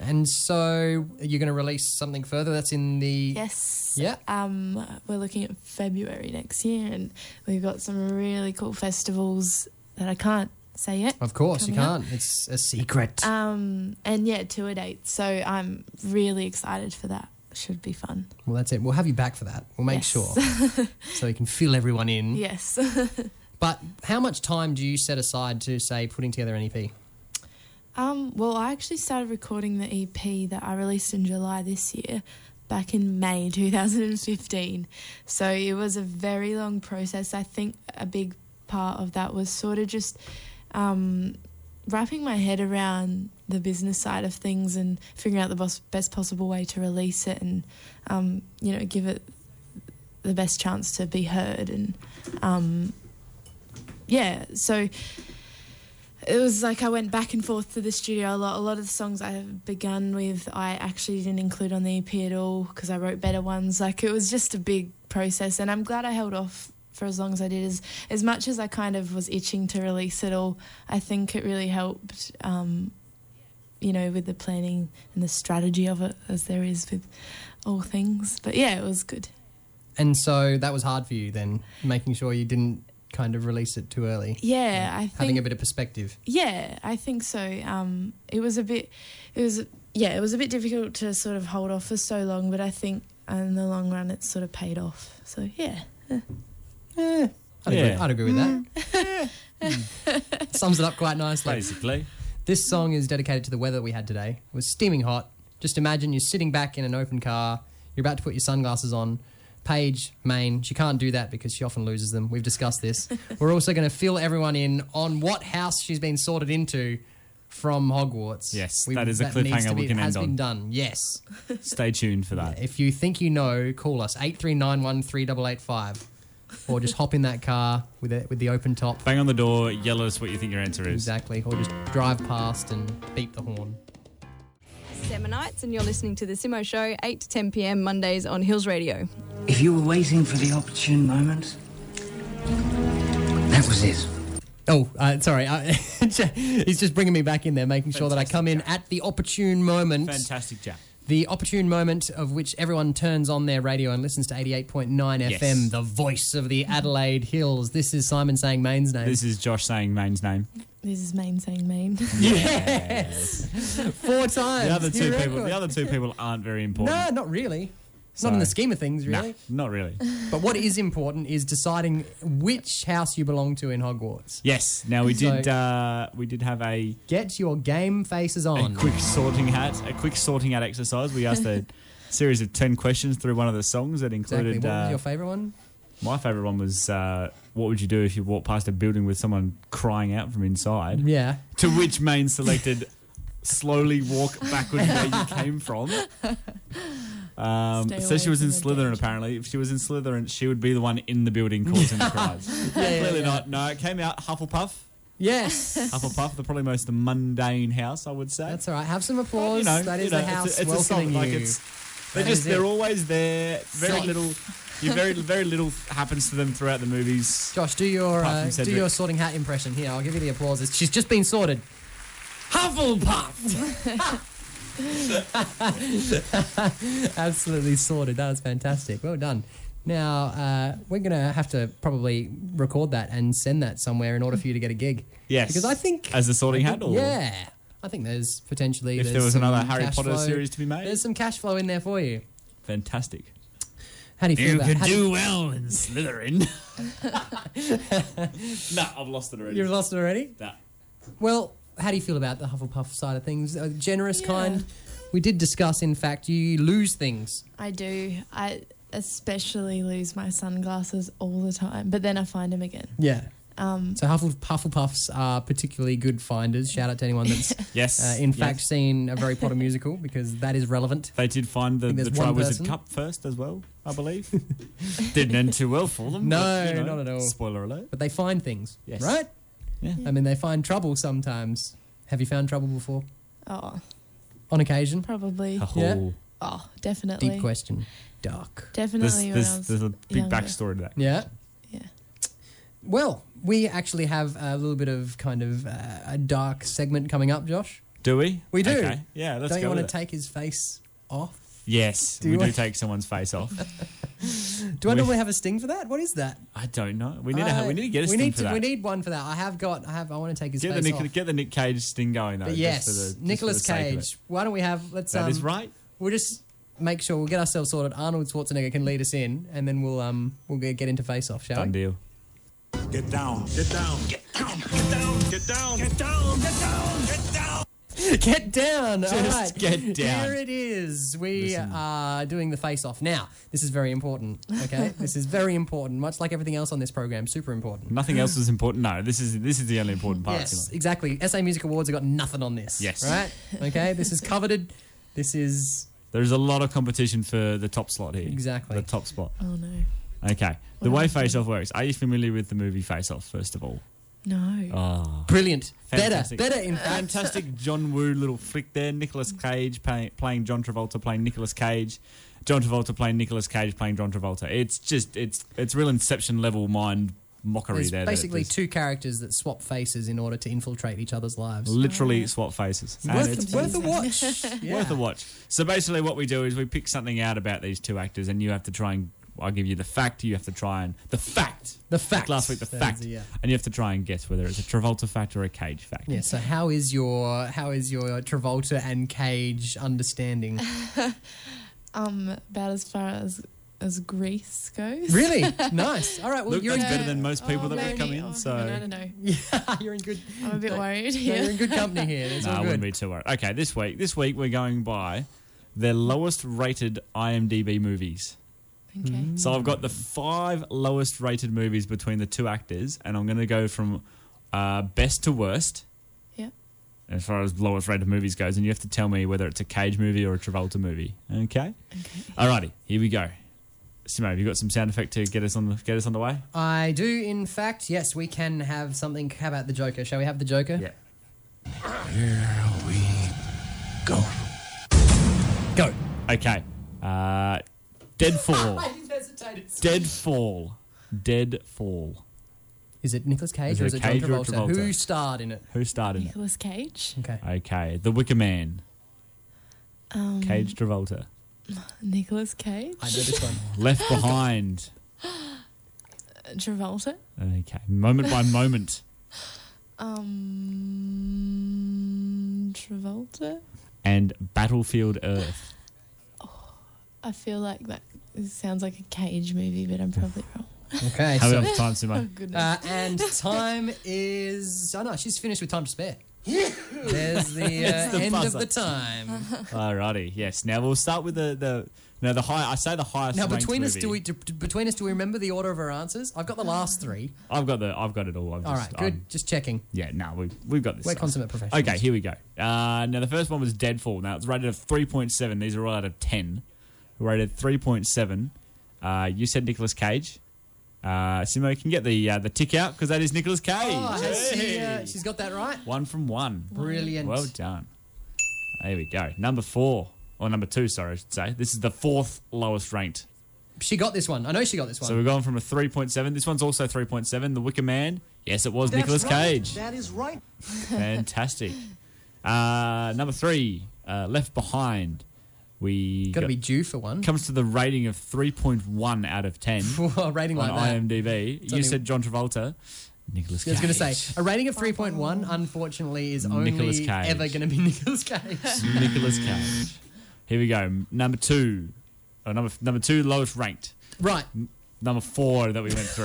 D: And so you're going to release something further that's in the
G: Yes.
D: Yeah.
G: Um, we're looking at February next year, and we've got some really cool festivals that I can't say yet.
D: Of course, you
G: coming up.
D: can't. It's a secret.
G: Um, and yeah, tour dates. So I'm really excited for that. Should be fun.
D: well, that's it. We'll have you back for that. We'll make
G: Yes.
D: sure so you can fill everyone in.
G: Yes.
D: But how much time do you set aside to say putting together an E EP?
G: um, well, I actually started recording the EP that I released in July this year. Back in May 2015. So it was a very long process. I think a big part of that was sort of just um, wrapping my head around the business side of things and figuring out the bos- best possible way to release it and um, you know give it the best chance to be heard and um, yeah so it was like I went back and forth to the studio a lot. A lot of the songs I have begun with, I actually didn't include on the EP at all because I wrote better ones. Like it was just a big process, and I'm glad I held off for as long as I did. As as much as I kind of was itching to release it all, I think it really helped. Um, you know, with the planning and the strategy of it, as there is with all things. But yeah, it was good.
D: And so that was hard for you then, making sure you didn't kind of release it too early.
G: Yeah, I think
D: Having a bit of perspective.
G: Yeah, I think so. Um, it was a bit, it was yeah, it was a bit difficult to sort of hold off for so long, but I think in the long run, it sort of paid off. So yeah,
D: yeah, I'd, agree,
E: Yeah.
D: I'd agree with that. Sums it up quite nicely.
E: Basically.
D: This song is dedicated to the weather we had today. It was steaming hot. Just imagine you're sitting back in an open car. You're about to put your sunglasses on. Paige, Maine, she can't do that because she often loses them. We've discussed this. We're also going to fill everyone in on what house she's been sorted into from Hogwarts.
E: Yes,
D: We-
E: that is a
D: needs to
E: cliffhanger
D: be-
E: we can
D: it has
E: end on.
D: been done. Yes.
E: Stay tuned for that.
D: If you think you know, call us 8391 3885. or just hop in that car with it with the open top.
E: Bang on the door, yell at us what you think your answer is.
D: Exactly. Or just drive past and beat the horn.
S: Seminites, and you're listening to The Simo Show, 8 to 10 pm Mondays on Hills Radio.
T: If you were waiting for the opportune moment, that was it.
D: Oh, uh, sorry. I, he's just bringing me back in there, making sure that I come in at the opportune moment.
E: Fantastic chap.
D: The opportune moment of which everyone turns on their radio and listens to 88.9
E: Yes.
D: FM, the voice of the Adelaide Hills. This is Simon saying Main's name.
E: This is Josh saying Main's name.
G: This is Main saying Main.
D: Yes. Four times.
E: The other two
D: New
E: people.
D: record.
E: The other two people aren't very important.
D: No, not really. Not in the scheme of things,
E: Nah,
D: really.
E: not really.
D: But what is important is deciding which house you belong to in Hogwarts.
E: Yes. Now we
D: So-
E: did. Uh, we did have a
D: Get your game faces
E: a
D: on.
E: quick sorting hat. A quick sorting hat exercise. We asked a series of ten questions through one of the songs that
D: Exactly.
E: included.
D: What was
E: uh,
D: your favourite one?
E: my favorite one was. Uh, what would you do if you walked past a building with someone crying out from inside?
D: Yeah.
E: To which Maine selected, slowly walk backward where you came from. Um,
D: Stay
E: so
D: away
E: she was in
D: from
E: Slytherin, apparently. If she was in Slytherin, she would be the one in the building causing the cries.
D: yeah,
E: Clearly
D: yeah.
E: not. No, it came out Hufflepuff.
D: Yes.
E: Hufflepuff, the probably most mundane house, I would say.
D: That's all right. Have some applause.
E: You know,
D: that
E: you
D: is
E: know,
D: the
E: it's a-
D: house
E: it's a song,
D: welcoming
E: like
D: you.
E: it's- They're
D: That
E: just
D: is it.
E: they're always there. Very
D: Safe.
E: little you very very little happens to them throughout the movies.
D: Josh, do your
E: Apart
D: uh,
E: from
D: do
E: Cedric.
D: your sorting hat impression here. I'll give you the applause. It's- She's just been sorted. Hufflepuff. Absolutely sorted. That was fantastic. Well done. Now uh, we're gonna have to probably record that and send that somewhere in order for you to get a gig.
E: Yes.
D: Because I think
E: As a sorting
D: I
E: hat
D: think-
E: or-
D: yeah, I think there's potentially
E: If
D: there's
E: there was another
D: some
E: Harry
D: cash
E: Potter
D: flow-
E: series to be made.
D: There's some cash flow in there for you.
E: Fantastic.
D: How do you feel about how do you-
E: in Slytherin. nah, I've lost it already.
D: You've lost it already?
E: Nah.
D: Well, how do you feel about the Hufflepuff side of things? A generous kind. We did discuss, in fact, you lose things.
G: I do. I especially lose my sunglasses all the time, but then I find them again.
D: Yeah.
G: Um,
D: So Huffle, Hufflepuffs are particularly good finders. Shout out to anyone that's
E: Yes,
D: uh, in
E: yes.
D: fact seen a Harry Potter musical because that is relevant.
E: They did find the,
D: think
E: the
D: there's one
E: Triwizard
D: person.
E: Cup first as well, I believe. Didn't end too well for them.
D: No,
E: but, you know,
D: not at all.
E: Spoiler alert.
D: But they find things,
E: Yes.
D: right?
E: Yeah.
D: I mean, they find trouble sometimes. Have you found trouble before?
G: Oh,
D: On occasion?
G: probably.
D: Yeah.
G: Oh, definitely.
D: Deep question. Dark.
E: There's,
G: Definitely. when I
E: there's,
G: was
E: there's a big
G: younger.
E: backstory to that.
D: Yeah. Well, we actually have a little bit of kind of uh, a dark segment coming up, Josh.
E: Do we?
D: We do.
E: Okay. Yeah, let's
D: Don't you
E: go.
D: want to
E: with it.
D: take his face off?
E: Yes,
D: Do
E: we
D: you
E: do
D: want-
E: take someone's face off.
D: Do I
E: We-
D: normally have a sting for that? What is that?
E: I don't know. We need to.
D: Uh,
E: Have, we need to get a
D: we
E: sting
D: need
E: for that.
D: We need one for that. I have got. I have. I want to take his
E: get the
D: face
E: Nick,
D: off.
E: get the Nick Cage sting going though.
D: but
E: just
D: yes,
E: for the- just for the
D: Nicolas
E: sake of it.
D: Cage. Why don't we have? Let's.
E: That
D: um,
E: is right.
D: We'll just make sure we'll get ourselves sorted. Arnold Schwarzenegger can lead us in, and then we'll um we'll get, get into face off, shall
E: Done
D: we?
E: deal.
R: Get down. Get down. Get down. Get down. Get down. Get down. Get down. Get down.
D: Get down. All
R: Just
D: right.
R: get down.
D: Here it is. We
R: Listen.
D: are doing the face off now. This is very important. Okay, this is very important. Much like everything else on this program, super important.
E: Nothing else was important. No, this is this is the only important part.
D: Yes,
E: tonight.
D: exactly. SA Music Awards have got nothing on this.
E: Yes.
D: Right? Okay, this is coveted. This is.
E: There's a lot of competition for the top slot here.
D: Exactly.
E: The top spot.
G: Oh no,
E: Okay. The
G: What
E: way
G: happened?
E: Face Off works. Are you familiar with the movie Face Off? First of all.
G: no.
E: Oh.
D: Brilliant.
E: Fantastic.
D: Better, better in fact.
E: Fantastic John Woo little flick there. Nicolas Cage playing, playing John Travolta playing Nicolas Cage. John Travolta playing Nicolas Cage playing John Travolta. It's just it's it's real Inception level mind mockery
D: There's
E: there. that it
D: basically
E: just
D: two characters that swap faces in order to infiltrate each other's lives.
E: literally swap faces. And
D: Worth,
E: it's
D: worth a watch. Yeah.
E: worth a watch. So basically, what we do is we pick something out about these two actors, and you have to try and I'll give you the fact. You have to try and the fact.
D: The fact.
E: Last week, the
D: That is
E: fact,
D: it, yeah.
E: and you have to try and guess whether it's a Travolta fact or a Cage fact.
D: Yeah, so how is your how is your Travolta and Cage understanding?
G: Um, about as far as as Greece goes.
D: Really? Nice. All right, well,
E: Look,
D: you're in
E: that's better than most people that would
G: maybe.
E: come in.
G: Oh, hang
E: so
G: on, I don't know.
D: you're in good.
G: I'm a bit worried.
D: no,
G: Yeah.
D: you're in good company here. It's
E: no,
D: all
E: I
D: good.
E: wouldn't be too worried. Okay, this week, this week we're going by the lowest rated IMDb movies.
G: Okay.
E: So I've got the five lowest rated movies between the two actors, and I'm going to go from uh, best to worst.
G: Yeah.
E: As far as lowest rated movies goes, and you have to tell me whether it's a Cage movie or a Travolta movie. Okay. Okay. Alrighty, here we go. Simo, have you got some sound effect to get us on the get us on the way?
D: I do, in fact. Yes, we can have something. How about the Joker? Shall we have the Joker? Yeah.
E: Here we go. Go. Okay. Uh, Deadfall. Deadfall. Deadfall.
D: Is it Nicolas Cage or is it John
E: Cage or
D: Travolta? Who starred in it?
E: Who starred in it?
G: Nicolas Cage.
D: Okay.
E: Okay. The Wicker Man.
G: Um,
E: Cage Travolta.
G: Nicholas Cage.
E: Left Behind.
G: Travolta.
E: Okay. Moment by moment.
G: Um, Travolta.
E: And Battlefield Earth.
G: I feel like that sounds like a Cage movie, but I'm probably wrong.
D: Okay.
E: How
D: so-
E: about time, Simo?
G: Oh, goodness.
D: Uh, and time is. Oh no, she's finished with time to spare. There's the, uh,
E: It's the
D: end
E: buzzer.
D: of the time.
E: Alrighty. Yes. Now we'll start with the the no the high. I say the highest.
D: now
E: ranked
D: between us,
E: movie.
D: do we do, between us do we remember the order of our answers? I've got the last three.
E: I've got the. I've got it all. I've
D: All
E: just,
D: right, good.
E: I'm-
D: Just checking.
E: yeah. No. We we've got this.
D: We're
E: stuff.
D: consummate professionals.
E: Okay. Here we go. Uh, now the first one was Deadfall. Now it's rated a three point seven. These are all out of ten. Rated three point seven. Uh, you said Nicolas Cage. Uh, Simo you can get the uh, the tick out because that is Nicolas Cage.
D: Oh, has she, uh,
E: Hey.
D: she's got that right.
E: One from one.
D: Brilliant.
E: Well done. There we go. Number four, or number two, sorry, I should say. This is the fourth lowest ranked.
D: She got this one. I know she got this one.
E: So we've gone from a 3.7. This one's also 3.7. The Wicker Man. Yes, it was Nicolas Cage.
L: That is right.
E: Fantastic. Uh, number three, uh, Left Behind. We
D: Gotta be due for one.
E: Comes to the rating of 3.1 out of 10
D: a rating
E: on
D: like that.
E: IMDb.
D: It's
E: you
D: only-
E: said John Travolta. Nicholas
D: I
E: Cage.
D: was going to say a rating of three point one. Unfortunately, is only
E: Nicolas Cage.
D: ever going to be Nicolas Cage.
E: Nicholas Cage. Here we go. Number two. Oh, number number two, lowest ranked.
D: Right.
E: N- Number four that we went through,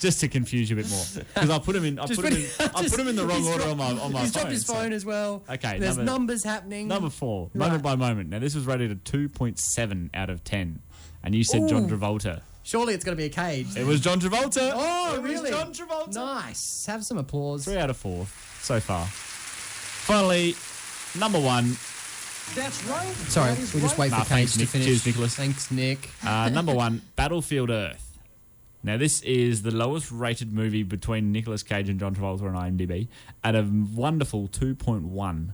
E: just to confuse you a bit more, because I put him in. I
D: Just
E: put him in. I
D: just-
E: put him in the wrong
D: he's
E: order on
D: dropped-
E: my on my
D: He's
E: phone.
D: dropped his
E: so-
D: phone as well.
E: Okay,
D: There's
E: number-
D: numbers happening.
E: Number four, moment by moment. Now this was rated a two point seven out of ten, and you said John
D: Ooh.
E: Travolta.
D: Surely it's going to be a cage.
E: It was John Travolta.
D: Oh,
E: It was
D: really?
E: John Travolta.
D: Nice. Have some applause.
E: Three out of four so far. Finally, number one.
L: That's right.
D: Sorry,
L: That is
D: we'll just wait
E: Nah,
D: for Cage
E: thanks,
D: to
E: Nick.
D: finish.
E: Cheers, Nicholas.
D: Thanks, Nick.
E: Uh, number one, Battlefield Earth. Now, this is the lowest rated movie between Nicolas Cage and John Travolta on IMDb at a wonderful 2.1.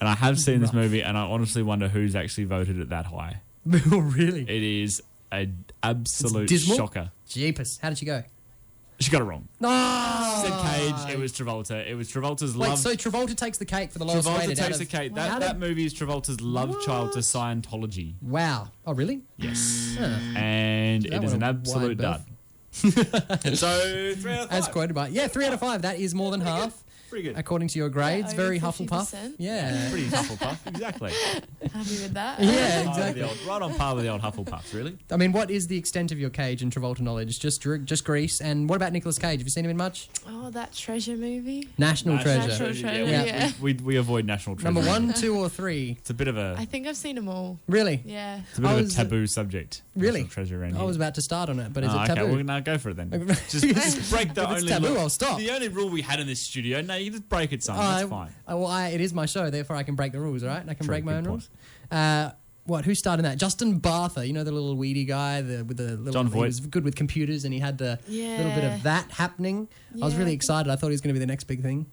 E: And I have seen this movie, and I honestly wonder who's actually voted it that high.
D: really?
E: It is an absolute
D: dismal?
E: shocker.
D: Jeepers. How did she go?
E: She got it wrong.
D: No.
E: Said Cage, it was Travolta. It was Travolta's
D: Wait,
E: love.
D: so Travolta takes the cake for the lowest
E: Travolta
D: rated out
E: takes the
D: of-
E: cake.
D: Out
E: That,
D: of-
E: that movie is Travolta's love child to Scientology.
D: Wow. Oh, really?
E: Yes.
D: Huh.
E: And
D: That
E: it is
D: one
E: an
D: a wide
E: absolute dud.
D: berth.
E: so, three out of
D: As
E: five.
D: quoted by. Yeah, three out of five. That is more than half.
E: Pretty good.
D: According to your grades,
G: over
D: very Hufflepuff.
G: 50%.
D: Yeah.
E: Pretty Hufflepuff, exactly.
G: Happy with that?
D: Yeah,
E: Part of the
D: exactly.
E: old- right on par with the old Hufflepuffs, really.
D: I mean, what is the extent of your Cage and Travolta knowledge? Just Dr- just Greece. And what about Nicolas Cage? Have you seen him in much?
G: Oh, that treasure movie.
D: National Treasure.
G: National Treasure.
E: we-
G: Yeah.
E: We, we, we avoid national treasure.
D: Number one, two, or three.
E: It's a bit of
G: I
E: a
G: think I've seen them all.
D: Really?
G: Yeah.
E: it's
G: Oh,
E: a bit
D: I
E: of a
D: was-
E: taboo subject.
D: Really?
E: National treasure around
D: I
E: here.
D: was about to start on it, but is
E: Oh,
D: it
E: okay,
D: taboo?
E: well, now go for it then. Just, just break the
D: If it's
E: only
D: taboo,
E: rule-
D: I'll stop.
E: The only rule we had in this studio. No, you just break it, son.
D: I-
E: That's fine.
D: I- well, I, it is my show, therefore I can break the rules, all right? I can
E: True,
D: break my
E: good
D: own
E: point.
D: rules. Uh, what? Who started that? Justin Bartha, you know the little weedy guy, the with the little.
E: John
D: he
E: Voight.
D: was good with computers, and he had the little bit
G: Yeah.
D: of that happening. I was
G: Yeah.
D: really excited. I thought he was going to be the next big thing.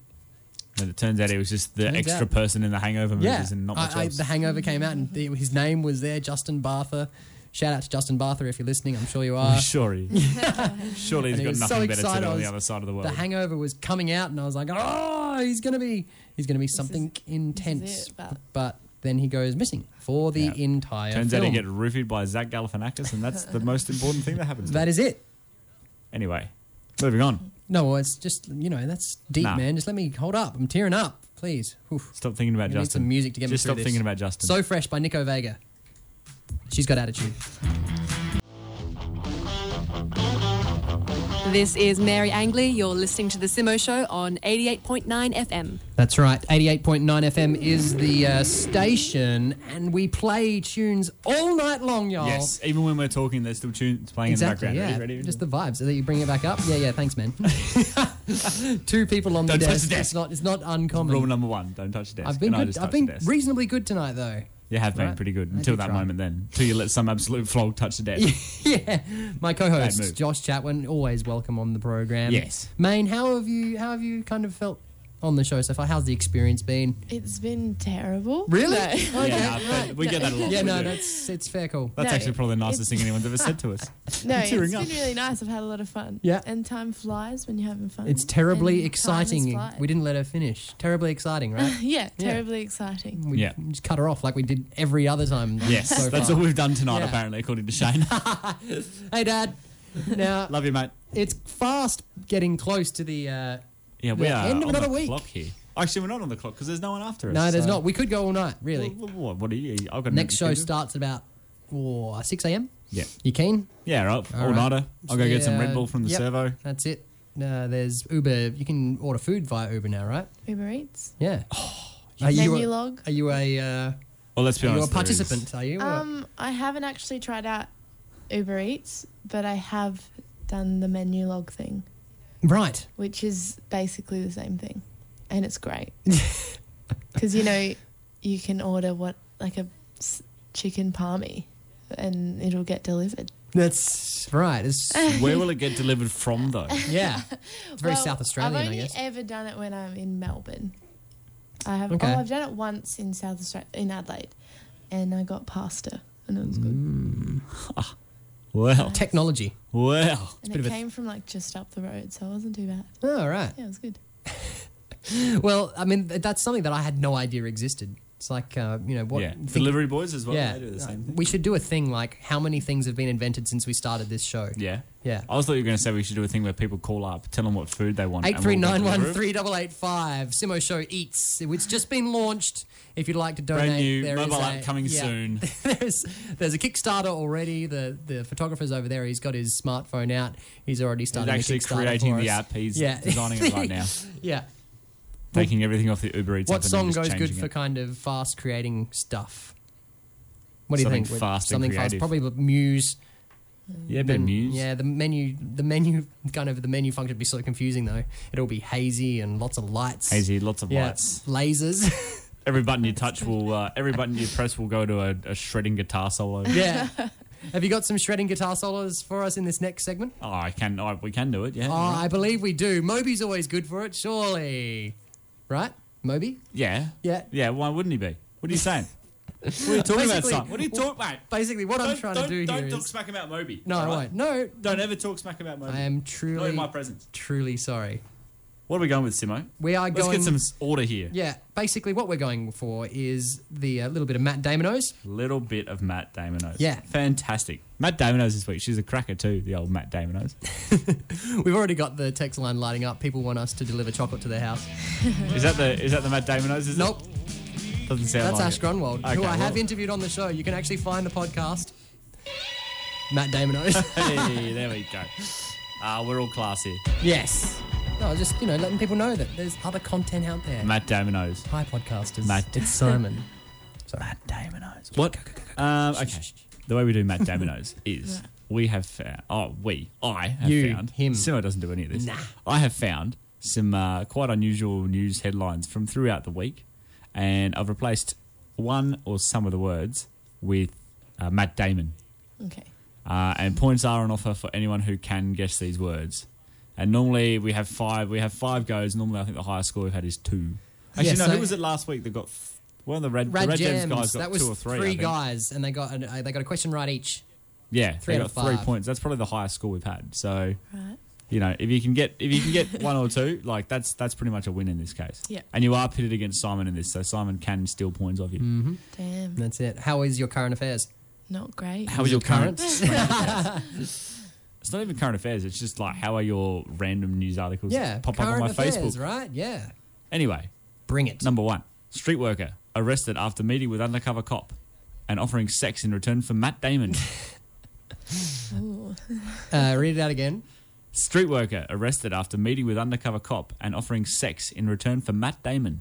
E: And it turns out it was just the
D: Turns
E: extra
D: out-
E: person in the Hangover movies
D: yeah,
E: and not much
D: I, I,
E: else.
D: the Hangover came out, and the, his name was there, Justin Bartha. Shout out to Justin Bartha if you're listening. I'm sure you are.
E: Sure he- surely
D: Uh, And
E: he's
D: he
E: got
D: was so
E: nothing better to
D: excited,
E: do
D: I
E: on the
D: was-
E: other side of the world.
D: The Hangover was coming out, and I was like, "Oh, he's gonna be, he's gonna be something intense."
G: it, but-
D: but then he goes missing for the entire.
E: Turns
D: film.
E: out he get roofied by Zach Galifianakis, and that's the most important thing that happens.
D: That is it.
E: Anyway, moving on.
D: No, well, it's just you know that's deep,
E: Nah.
D: man. Just let me hold up. I'm tearing up, please. Oof.
E: Stop thinking
D: I
E: about
D: need
E: Justin.
D: some music to get me
E: Just
D: through
E: stop
D: this.
E: thinking about Justin.
D: So fresh by Nico Vega. She's got attitude.
U: This is Mary Angley. You're listening to The Simo Show on 88.9 FM.
D: That's right. 88.9 FM is the uh, station, and we play tunes all night long, y'all.
E: yes, even when we're talking, there's still tunes
D: Oh.
E: playing
D: Exactly.
E: in the
D: Yeah.
E: background. Ready, ready?
D: Just the vibes. So that you bring it back up. Yeah, yeah. Thanks, man. Two people on
E: Don't
D: the
E: touch
D: desk.
E: the desk.
D: It's not. It's not uncommon.
E: Rule number one: don't touch the desk.
D: I've been
E: and I
D: good.
E: just
D: I've
E: touched
D: been
E: the desk.
D: reasonably good tonight, though.
E: You have been
D: Right.
E: pretty good
D: I
E: until
D: did
E: that
D: try.
E: moment then. Until you let some absolute flog touch the deck.
D: yeah. My
E: Bad move.
D: co-host Josh Chatwin, always welcome on the program.
E: Yes.
D: Maine, how have you how have you kind of felt on the show so far? How's the experience been?
G: It's been terrible.
D: Really?
G: No.
D: Okay,
E: Yeah, no, but we get that a lot,
D: Yeah,
E: we
D: no,
E: do.
D: that's it's fair call.
E: That's
G: No,
E: actually probably the nicest thing anyone's ever said to us.
G: No,
E: I'm
G: it's
E: tearing
G: been
E: up.
G: really nice. I've had a lot of fun.
D: Yeah.
G: And time flies when you're having fun.
D: It's
G: And
D: terribly
G: time is
D: exciting.
G: fly-
D: We didn't let her finish. Terribly exciting, right?
G: yeah, terribly exciting.
D: We
E: Yeah.
D: just cut her off like we did every other time.
E: Yes,
D: so
E: that's
D: far.
E: all we've done tonight,
D: Yeah.
E: apparently, according to Shane.
D: Hey, Dad. Now
E: Love you, mate.
D: it's fast getting close to the. Uh,
E: Yeah, we
D: the
E: are
D: end of
E: on
D: another
E: the
D: week.
E: clock here. Actually, we're not on the clock because there's no one after us.
D: no, there's
E: so-
D: not. We could go all night, really.
E: Well, well, what are you? I've got
D: Next show
E: nothing to do.
D: starts at about oh, 6 a.m.
E: Yeah.
D: You keen?
E: Yeah, right.
D: All
E: All
D: right.
E: nighter. I'll go get some
D: Yeah,
E: Red Bull from the
D: yep,
E: servo.
D: That's it. Uh, there's Uber. You can order food via Uber now, right?
G: Uber Eats.
D: Yeah.
G: Menu
D: a,
G: log.
D: Are you a? Uh,
E: Well, let's Oh, be
D: are you
E: honest,
D: a
E: there is-
D: participant? Are you? uh, or-
G: Um, I haven't actually tried out Uber Eats, but I have done the menu log thing,
D: right.
G: which is basically the same thing, and it's great because you know you can order what like a s- chicken palmy, and it'll get delivered.
D: That's right. It's
E: Where will it get delivered from, though?
D: yeah. It's very
G: Well,
D: South Australian,
G: I've
D: I
G: only
D: guess.
G: ever done it when I'm in Melbourne. I have.
D: Okay.
G: Oh, I've done it once in South Australia, in Adelaide, and I got pasta, and it was good.
D: Mm.
E: Well,
D: technology.
E: Well,
G: and it came from like just up the road, so it wasn't too bad.
D: Oh, all right.
G: Yeah, it was good.
D: Well, I mean, th- that's something that I had no idea existed. It's like, uh, you know, what.
E: yeah.
D: think-
E: Delivery boys as well.
D: yeah.
E: They do the same.
D: We should do a thing like how many things have been invented since we started this show.
E: Yeah.
D: Yeah.
E: I was thought you were going to say we should do a thing where people call up, tell them what food they want. and
D: Eight
E: we'll
D: three
E: go
D: nine
E: deliver
D: one
E: it.
D: three double eight five. Simo Show Eats. It's just been launched. If you'd like to donate,
E: Brand new
D: there is
E: mobile
D: a-
E: app coming
D: yeah.
E: soon.
D: there's there's a Kickstarter already. The the photographer's over there. He's got his smartphone out. He's already started.
E: actually creating the app. He's designing it right now.
D: yeah.
E: Taking everything off the Uber Eats.
D: What
E: app and
D: song
E: just
D: goes good
E: changing
D: for
E: it.
D: kind of fast creating stuff? What do you
E: Something
D: think?
E: fast and
D: Something fast.
E: creative.
D: Probably the Muse.
E: Yeah, a bit of
D: Men-
E: Muse.
D: Yeah, the menu, the menu, kind of the menu function would be so confusing though. It'll be hazy and lots of lights.
E: Hazy, lots of
D: Yeah,
E: lights.
D: Lasers.
E: Every button you touch will, uh, every button you press will go to a, a shredding guitar solo.
D: yeah. Have you got some shredding guitar solos for us in this next segment?
E: Oh, I can. Oh, we can do it. Yeah.
D: Oh, I believe we do. Moby's always good for it, surely. Right? Moby?
E: yeah.
D: Yeah.
E: Yeah. Why wouldn't he be? What are you saying? what are you talking about,
D: Basically-
E: son? What are you talking about?
D: Basically, what I'm
E: Don't-
D: trying
E: don't-
D: to do
E: don't
D: here
E: talk
D: is-
E: smack about Moby.
D: No, I
E: alright?
D: won't. No.
E: Don't ever talk smack about Moby.
D: I am truly,
E: Not in my presence.
D: truly sorry.
E: What are we going with, Simo?
D: We are
E: Let's
D: going-
E: get some s- order here.
D: Yeah, basically, what we're going for is the uh, little bit of Matt Damonos.
E: Little bit of Matt Damonos.
D: Yeah.
E: Fantastic. Matt Damonos this week. She's a cracker too, the old Matt Damonos.
D: We've already got the text line lighting up. People want us to deliver chocolate to their house.
E: is that the is that the Matt Damonos? Is
D: Nope.
E: It? Doesn't sound
D: That's
E: like
D: Ash
E: it.
D: Grunwald,
E: Okay,
D: who I have
E: well,
D: interviewed on the show. You can actually find the podcast. Matt Damonos.
E: Hey, there we go. Ah, we're all class here.
D: yes. No, just you know, letting people know that there's other content out there.
E: Matt Damonos.
D: Hi, podcasters.
E: Matt.
D: It's Simon.
E: Matt Damonos. What? Um, okay. The way we do Matt Damonos is we have found. Oh, we. I have
D: You,
E: found.
D: him.
E: Simo doesn't do any of this. I have found some uh, quite unusual news headlines from throughout the week, and I've replaced one or some of the words with uh, Matt Damon.
G: Okay.
E: Uh, and points are on offer for anyone who can guess these words. And normally we have five. We have five goes. Normally, I think the highest score we've had is two. Actually,
D: Yeah,
E: no.
D: so-
E: who was it last week that got th- one of the red, the
D: Rad,
E: red
D: Gems.
E: Gems guys got
D: that was
E: two or three? I think.
D: guys, and they got an, uh, they got a question right each.
E: Yeah,
D: Three
E: they
D: out of
E: got three
D: five.
E: points. That's probably the highest score we've had. So,
G: Right.
E: you know, if you can get if you can get one or two, like that's that's pretty much a win in this case.
G: Yeah.
E: And you are pitted against Simon in this, so Simon can steal points off you.
D: Mm-hmm.
G: Damn.
D: That's it. How is your current affairs?
G: Not great.
E: How is your current? It's not even current affairs. It's just like how are your random news articles
D: yeah,
E: that pop up
D: current
E: on my
D: affairs,
E: Facebook.
D: right? Yeah.
E: Anyway,
D: bring it.
E: Number one, street worker arrested after meeting with undercover cop and offering sex in return for Matt Damon.
G: Ooh.
D: Uh, read it out again.
E: Street worker arrested after meeting with undercover cop and offering sex in return for Matt Damon.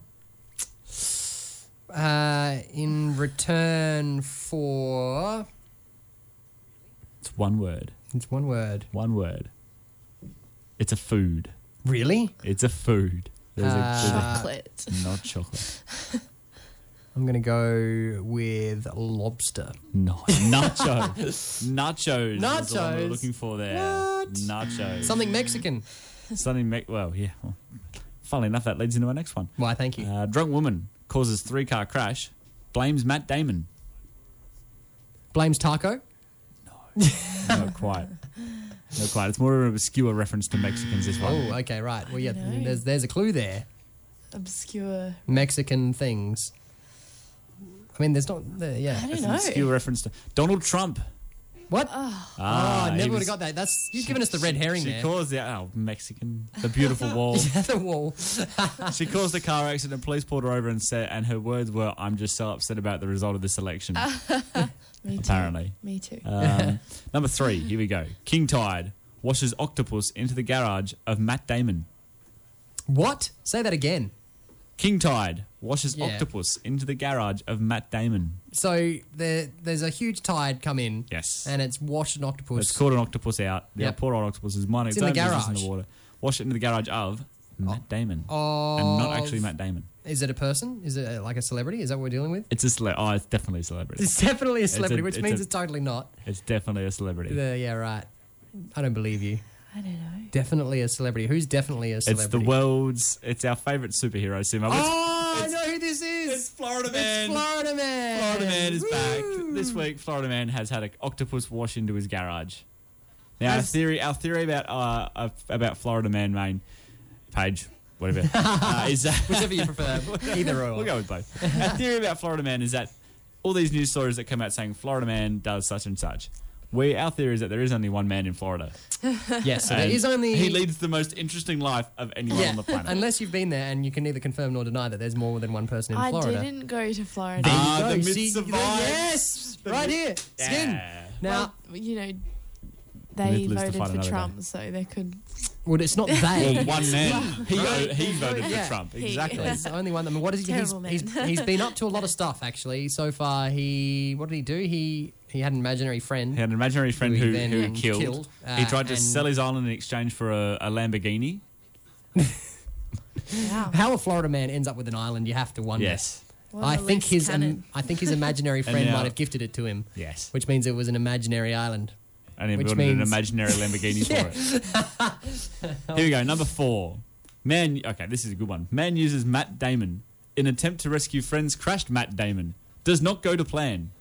D: Uh, in return for
E: It's one word.
D: It's one word.
E: One word. It's a food.
D: Really?
E: It's a food.
D: Uh,
E: there's
D: Chocolate.
E: Not chocolate.
D: I'm going to go with lobster.
E: No. Nacho. Nachos. Is the one we
D: Nachos?
E: we're looking for there. Nachos.
D: Something Mexican.
E: Something me- well, yeah. Well, funnily enough, that leads into our next one.
D: Why, thank you.
E: Uh, drunk woman causes three car crash, blames Matt Damon.
D: Blames taco.
E: Not quite. Not quite. It's more of an obscure reference to Mexicans, this one.
D: Oh, okay, right. Well, yeah, there's, there's a clue there.
G: Obscure.
D: Mexican things. I mean, there's not, there, yeah.
G: I don't
E: It's
G: know.
E: an obscure reference to Donald Trump.
D: What?
E: Ah,
D: oh,
E: he
D: never would
E: was-
D: have got that. That's you've
E: She-
D: given us the red
E: she-
D: herring
E: She
D: there.
E: caused the oh, Mexican, the beautiful wall.
D: yeah, the wall.
E: she caused the car accident. Police pulled her over and said, and her words were, "I'm just so upset about the result of this election."
G: Me
E: apparently.
G: too. Me too.
E: Um, number three. Here we go. King Tide washes octopus into the garage of Matt Damon.
D: What? Say that again.
E: King Tide washes
D: Yeah.
E: octopus into the garage of Matt Damon.
D: So there, there's a huge tide come in.
E: Yes.
D: And it's washed an octopus.
E: It's caught an octopus out. Yeah,
D: Yep.
E: poor old octopus is minding
D: It's
E: its,
D: in
E: own
D: the
E: business in the
D: garage. Oh.
E: water. Wash it into the garage of Matt Damon, and not actually
D: of-
E: Matt Damon.
D: Is it a person? Is it uh, like a celebrity? Is that what we're dealing with?
E: It's a cele- oh, it's definitely a celebrity.
D: It's definitely a
E: It's a-
D: celebrity, which
E: it's
D: means
E: a-
D: it's totally not.
E: It's definitely a celebrity.
D: Yeah, yeah, right. I don't believe you.
G: I don't know.
D: Definitely a celebrity. Who's definitely a
E: It's the
D: celebrity?
E: world's. It's our favorite superhero, Simo.
D: Oh, I know who this is. It's
E: Florida
D: It's Florida Man.
E: Florida Man is back this week. Florida Man has had an octopus wash into his garage. Now our
D: Has-
E: theory, our theory about uh, uh, about Florida Man main page, whatever, uh, is that
D: Whichever you prefer, either or.
E: We'll go with both. Our theory about Florida Man is that all these news stories that come out saying Florida Man does such and such. We, our theory is that there is only one man in Florida.
D: Yes, so there
E: And
D: is only.
E: he leads the most interesting life of anyone
D: yeah,
E: on the planet.
D: unless you've been there and you can neither confirm nor deny that there's more than one person in
G: I
D: Florida.
G: didn't go to Florida.
E: Ah,
D: There you
E: the
D: go.
E: myth
D: See,
E: survives.
D: Yes,
E: The
D: right
E: myth-
D: here, skin.
E: Yeah.
D: Now,
G: Well, you know, they
E: Myth lives to
G: voted
E: fight
G: for
E: another
G: Trump, so they could.
D: well, it's not they.
E: Well, one man. He,
D: Right.
E: he voted
D: Yeah.
E: for Trump.
G: He-
E: Exactly.
D: He's the only one. That, I mean, what is he? He's,
G: Terrible man.
D: he's, he's been up to a lot of stuff actually so far. He what did he do? He he had an imaginary friend.
E: He had an imaginary friend who,
D: then
E: who killed.
D: uh,
E: he tried to
D: and
E: sell his island in exchange for a, a Lamborghini.
G: Wow.
D: How a Florida man ends up with an island, you have to wonder.
E: Yes.
G: What
D: I
G: a
D: think
G: loose
D: his
G: cannon.
D: um, I think his imaginary
E: And
D: friend
E: now-
D: might have gifted it to him,
E: Yes.
D: which means it was an imaginary island.
E: And he
D: Which
E: built an
D: means-
E: imaginary Lamborghini
D: Yeah.
E: for it. Here we go. Number four. Man. Okay, this is a good one. Man uses Matt Damon in attempt to rescue friends. Crashed Matt Damon. Does not go to plan.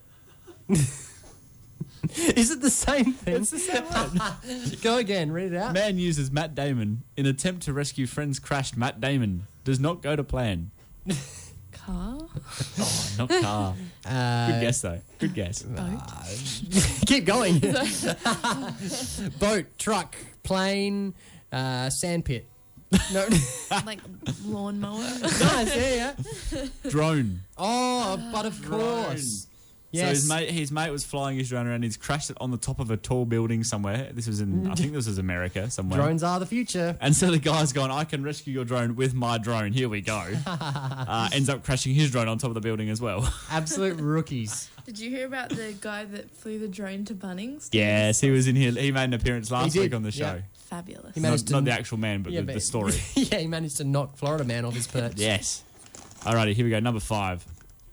D: Is it the same thing? It's the same Go again, read it out.
E: Man uses Matt Damon in attempt to rescue friends. Crashed Matt Damon. Does not go to plan.
G: Car?
E: Not car.
D: Uh,
E: Good guess though. Good guess.
D: Keep going. Boat, truck, plane, uh, sandpit. No,
G: like lawnmower?
D: nice, yeah, yeah.
E: Drone.
D: Oh, but of course.
E: So
D: Yes.
E: his mate, his mate was flying his drone around. He's crashed it on the top of a tall building somewhere. This was in, I think this was America somewhere.
D: Drones are the future.
E: And so the guy's gone. I can rescue your drone with my drone. Here we go. uh, ends up crashing his drone on top of the building as well.
D: Absolute rookies.
G: Did you hear about the guy that flew the drone to Bunnings?
E: yes, he was in here. He made an appearance last
D: did,
E: week on the show.
D: yeah.
G: Fabulous.
D: He managed
E: Not,
D: to-
E: not the actual man, but
D: Yeah,
E: the,
D: but-
E: the story.
D: yeah, he managed to knock Florida man off his perch.
E: yes. Alrighty, here we go. Number five.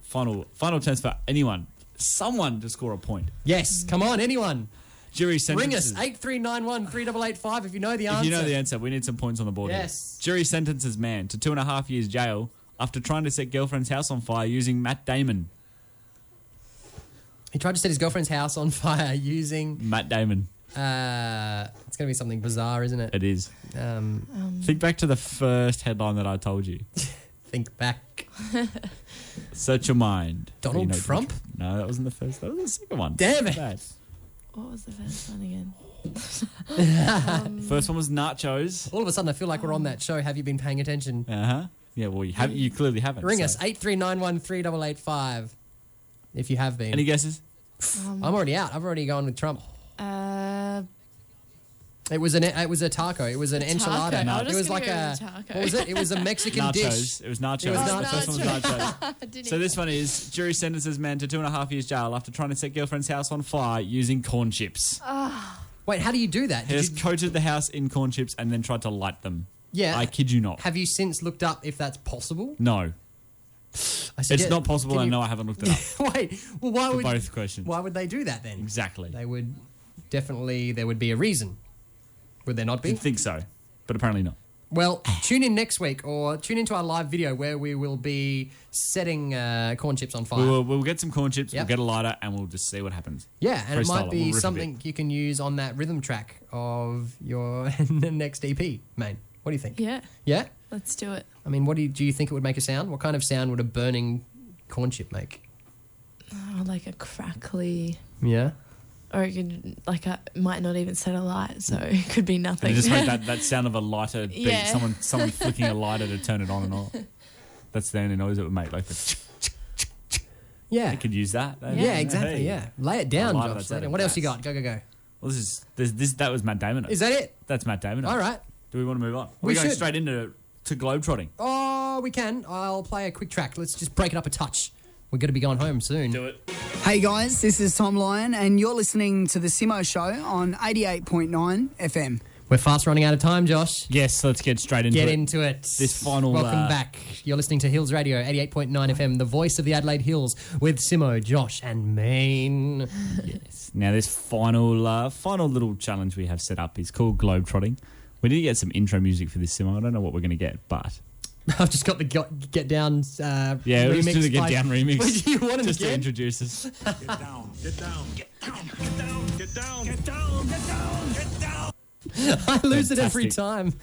E: Final, final chance for anyone, someone to score a point.
D: Yes, come on, anyone.
E: Jury
D: Ring
E: sentences.
D: us 8391 3885 if you know the answer.
E: If you know the answer, we need some points on the board. here.
D: Yes.
E: Jury sentences man to two and a half years jail after trying to set girlfriend's house on fire using Matt Damon.
D: He tried to set his girlfriend's house on fire using.
E: Matt Damon,
D: Uh, it's going to be something bizarre, isn't it?
E: it is.
D: Um,
E: Think back to the first headline that I told you.
D: think back.
E: Search your mind.
D: Donald Trump?
E: No, that wasn't the first. That was the second one.
D: Damn it.
E: Bad.
G: What was the first one again?
E: First one was nachos.
D: All of a sudden, I feel like we're on that show. Have you been paying attention?
E: Uh huh. Yeah. Well, you have. You clearly haven't.
D: Ring
E: so.
D: us 8391 3885 if you have been.
E: Any guesses?
G: Um,
D: I'm already out. I've already gone with Trump.
G: uh,
D: It was an it was a taco. It was an enchilada.
G: taco. I was
D: It
G: just
D: was
G: gonna
D: like
G: go
D: a
G: with taco.
D: what was it? It was a Mexican
E: nachos.
D: dish.
E: It was nachos.
D: It was
E: the first one was
G: nachos.
E: nachos.
G: I didn't
E: So this one is jury sentences man to two and a half years jail after trying to set girlfriend's house on fire using corn chips.
D: Wait, how do you do that?
E: He
D: Did
E: has
D: you-
E: coated the house in corn chips and then tried to light them.
D: yeah.
E: I kid you not.
D: Have you since looked up if that's possible?
E: No. it's
D: suggest-
E: not possible.
D: can
E: I
D: you-
E: know I haven't looked it up.
D: Wait, well, why
E: For
D: would
E: both questions.
D: Why would they do that then?
E: Exactly.
D: They would definitely. There would be a reason. Would there not be?
E: You'd think so, but apparently not.
D: Well, tune in next week or tune into our live video where we will be setting uh, corn chips on fire.
E: We'll, we'll get some corn chips,
D: Yep.
E: we'll get a lighter, and we'll just see what happens.
D: yeah, and it
E: Freestyle
D: might
E: We'll
D: be
E: riff a bit.
D: something you can use on that rhythm track of your next EP, main. What do you think?
G: Yeah,
D: Yeah?
G: let's do it.
D: I mean, what do you, do you think it would make a sound? What kind of sound would a burning corn chip make?
G: Oh, like a crackly,
D: Yeah.
G: or it could like I might not even set a light, so it could be
E: And
G: nothing.
E: it just make that, that sound of a lighter beat,
G: Yeah.
E: someone someone flicking a lighter to turn it on and off. That's the only noise it would make. Like the
D: Yeah.
E: I could use that.
D: Yeah, exactly. Yeah. Lay it down, Josh. Lay it down. What else you got? Go, go, go.
E: Well, this is this, this that was Matt Damon.
D: Is that it?
E: That's Matt Damon.
D: All right.
E: Do we want to move on?
D: We
E: We're going
D: should.
E: straight into to globetrotting.
D: Oh, we can. I'll play a quick track. Let's just break it up a touch. We're going to be going home soon. Do
E: it.
N: Hey guys, this is Tom Lyon, and you're listening to The Simo Show on 88.9 FM.
D: We're fast running out of time, Josh.
E: Yes, let's get straight into
D: Get
E: it.
D: into it.
E: This final.
D: Welcome
E: uh,
D: back. You're listening to Hills Radio, 88.9 FM, the voice of the Adelaide Hills, with Simo, Josh, and Maine.
E: Now, this final uh, final little challenge we have set up is called globetrotting. We need to get some intro music for this simo. I don't know what we're going to get, but
D: I've just got the Get, get Down uh,
E: yeah,
D: remix
E: let's do the get
D: by-
E: down remix.
D: Wait, do you want it
E: just to
D: again?
E: introduce us?
R: Get down, get down, get down, get down, get down, get down, get down, get down.
D: I lose it every time.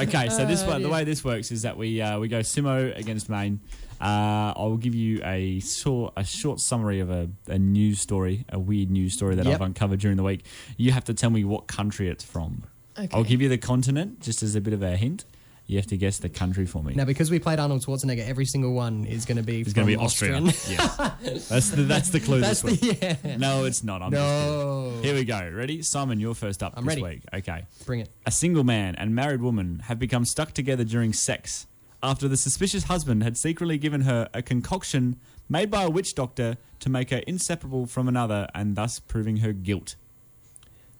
E: Okay, so this
D: Oh,
E: one, the
D: dear.
E: way this works is that we uh, we go Simo against Maine. Uh, I will give you a short a short summary of a, a news story, a weird news story that
D: Yep.
E: I've uncovered during the week. You have to tell me what country it's from.
D: Okay.
E: I'll give you the continent just as a bit of a hint. You have to guess the country for me.
D: Now, because we played Arnold Schwarzenegger, every single one is going to be
E: It's
D: going to
E: be Austria. yes. That's the, that's the clue
D: That's
E: this
D: the-
E: week.
D: yeah.
E: No, it's not. I'm just
D: No.
E: kidding. Here we go. Ready? Simon, you're first up
D: I'm
E: this
D: ready.
E: week. Okay.
D: Bring it.
E: A single man and married woman have become stuck together during sex after the suspicious husband had secretly given her a concoction made by a witch doctor to make her inseparable from another and thus proving her guilt.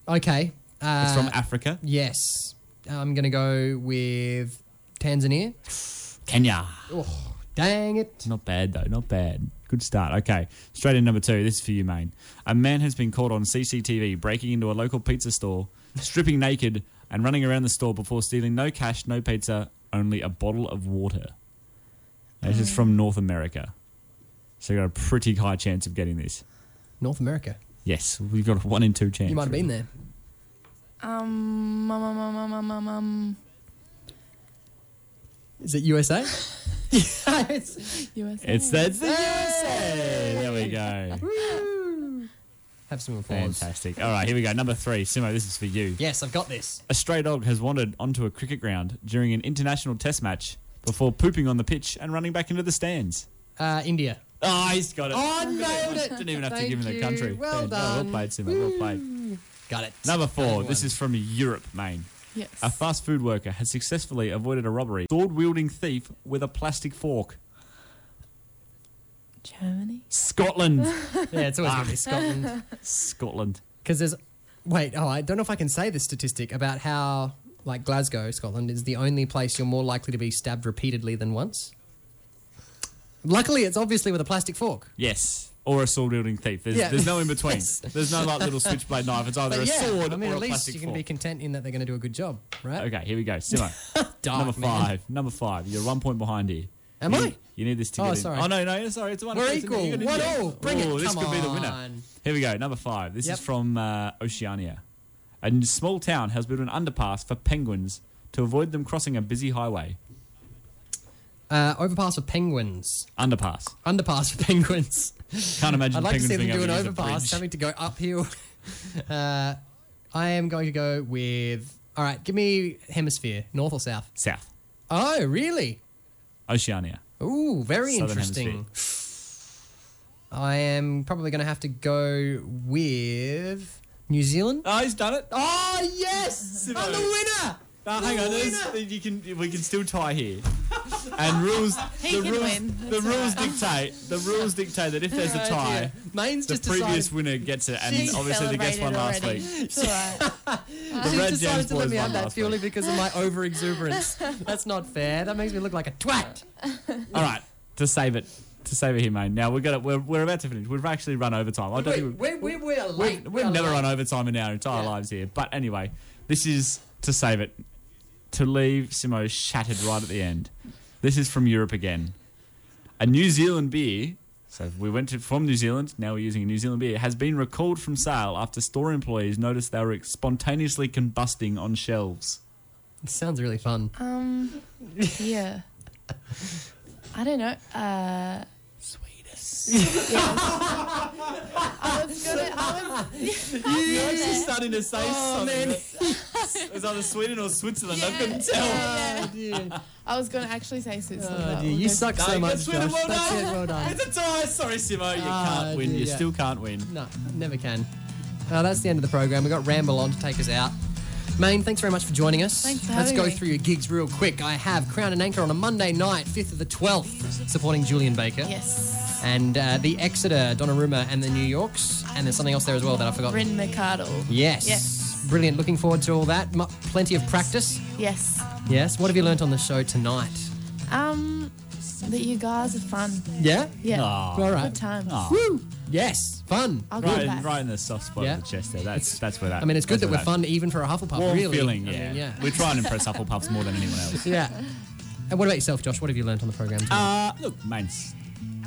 D: Okay. Uh,
E: it's from Africa.
D: Yes. I'm going to go with Tanzania.
E: Kenya.
D: Oh, dang it.
E: Not bad though, not bad. Good start. Okay, straight in number two. This is for you, Maine. A man has been caught on CCTV breaking into a local pizza store, stripping naked, and running around the store before stealing no cash, no pizza, only a bottle of water. Now, This is from North America, so you got a pretty high chance of getting this.
D: North America.
E: Yes, we've got a one in two chance.
D: You might have been there.
G: um, um, um, um, um, um, um, um,
D: Is it USA? it's,
G: USA.
E: It's that's the USA. There we go.
D: Have some applause.
E: Fantastic. All right, here we go. Number three, Simo. This is for you.
D: Yes, I've got this.
E: A stray dog has wandered onto a cricket ground during an international test match before pooping on the pitch and running back into the stands.
D: Uh, India.
E: Oh, he's got it.
D: Oh, I nailed it.
E: Didn't even have
D: Thank
E: to give him the
D: you.
E: country.
D: Well
E: Fair.
D: done.
E: Well played, Simo. Well played.
D: Got it.
E: Number four.
D: Number
E: This
D: one.
E: is from Europe, Maine.
G: Yes.
E: A fast food worker has successfully avoided a robbery, sword wielding thief with a plastic fork.
G: Germany.
E: Scotland.
D: yeah, it's always going to
E: Ah.
D: be Scotland.
E: Scotland.
D: Because there's. Wait, oh, I don't know if I can say this statistic about how, like, Glasgow, Scotland, is the only place you're more likely to be stabbed repeatedly than once. Luckily, it's obviously with a plastic fork.
E: Yes. Or a sword wielding thief. There's,
D: Yeah.
E: there's no in between.
D: Yes.
E: There's no like little switchblade knife. It's either
D: But
E: a
D: yeah,
E: sword
D: I mean,
E: or
D: at
E: a
D: least
E: plastic
D: you can
E: fork.
D: be content in that they're going to do a good job, right?
E: Okay, here we go. Simo.
D: Dark,
E: number
D: man.
E: five. Number five. You're one point behind here.
D: Am
E: you,
D: I?
E: You need this to
D: Oh,
E: get in.
D: sorry.
E: Oh, no, no, sorry. It's one
D: We're
E: it's-
D: equal.
E: you're gonna
D: One
E: do it.
D: all. Bring it.
E: Oh, This
D: Come
E: could be the winner.
D: on.
E: Here we go. Number five. This
D: Yep.
E: is from uh, Oceania. A small town has built an underpass for penguins to avoid them crossing a busy highway.
D: Uh, overpass for penguins.
E: Underpass.
D: Underpass for penguins.
E: Can't imagine
D: I'd like to
E: penguins
D: see them
E: being
D: do an
E: able to use a
D: overpass,
E: bridge.
D: having to go uphill. uh, I am going to go with. All right, give me hemisphere, north or south.
E: South.
D: Oh, really?
E: Oceania.
D: Ooh, very
E: Southern
D: interesting. I am probably going to have to go with New Zealand.
E: Oh, he's done it.
D: Oh, yes! I'm the winner!
E: No, hang on. there's- You can, we can still tie here. And rules,
D: He
E: the
D: can
E: rules,
D: win.
E: the
D: That's
E: rules dictate. The rules dictate that if there's a
D: Oh,
E: tie,
D: dear. Maine's
E: the
D: just
E: previous
D: decided-
E: winner gets it. And
D: She's
E: obviously, the guest won last week.
D: She's
E: Red
D: decided
E: James
D: to let
E: boys
D: me
E: won
D: have that
E: last
D: purely because of my over exuberance. That's not fair. That makes me look like a twat.
E: All right. to save it. To save it here, mate. Now we're gonna we're, we're about to finish. We've actually run overtime. I don't
D: Wait,
E: think
D: we're, we're, we're
E: we,
D: late.
E: we've
D: We are
E: never
D: late.
E: run overtime in our entire
D: Yeah.
E: lives here. But anyway, this is to save it. To leave Simo shattered right at the end. This is from Europe again. A New Zealand beer. So we went to, from New Zealand. Now we're using a New Zealand beer. Has been recalled from sale after store employees noticed they were spontaneously combusting on shelves.
D: It sounds really fun.
G: Um, yeah. I don't know. Uh, Sweetest. I was gonna. I was,
E: You're actually starting to say
D: Oh,
E: something. It was either Sweden or Switzerland. I couldn't tell.
G: oh, I was gonna actually say Switzerland. but
D: dear,
G: we'll
D: you
G: go-
D: suck so
E: Hey,
D: much,
E: that's Sweden,
D: Josh.
E: well
D: That's
E: done.
D: it, well done.
E: It's a tie. Sorry, Simo. You
D: Ah,
E: can't win.
D: dear,
E: you
D: yeah.
E: still can't win.
D: No, never can. Uh, that's the end of the program. We've got Ramble on to take us out. Maine, thanks very much for joining us.
G: Thanks for
D: Let's
G: having
D: go
G: me.
D: through your gigs real quick. I have Crown and Anchor on a Monday night, 5th of the 12th, supporting Julian Baker.
G: Yes.
D: And uh, the Exeter, Donnarumma, and the New Yorks. And there's something else there as well that I forgot.
G: Bryn Mercado.
D: Yes.
G: Yes.
D: Brilliant. Looking forward to all that. Mu plenty of practice.
G: Yes.
D: Yes. What have you learnt on the show tonight?
G: Um, that you guys are fun.
D: Yeah?
G: Yeah.
E: Aw.
D: All right.
G: Good times.
E: Aw.
D: Woo! Yes. Fun.
G: I'll go
E: Right, in-
G: back.
E: right in the soft spot
D: Yeah.
E: of the chest there. That's that's where that.
D: I mean, it's good that
E: that's
D: we're
E: where
D: fun even for a Hufflepuff,
E: Warm
D: really.
E: feeling,
D: I
E: yeah.
D: mean, yeah.
E: We try and impress Hufflepuffs more than anyone else.
D: yeah. And what about yourself, Josh? What have you learnt on the program?
E: Uh, look, Maine's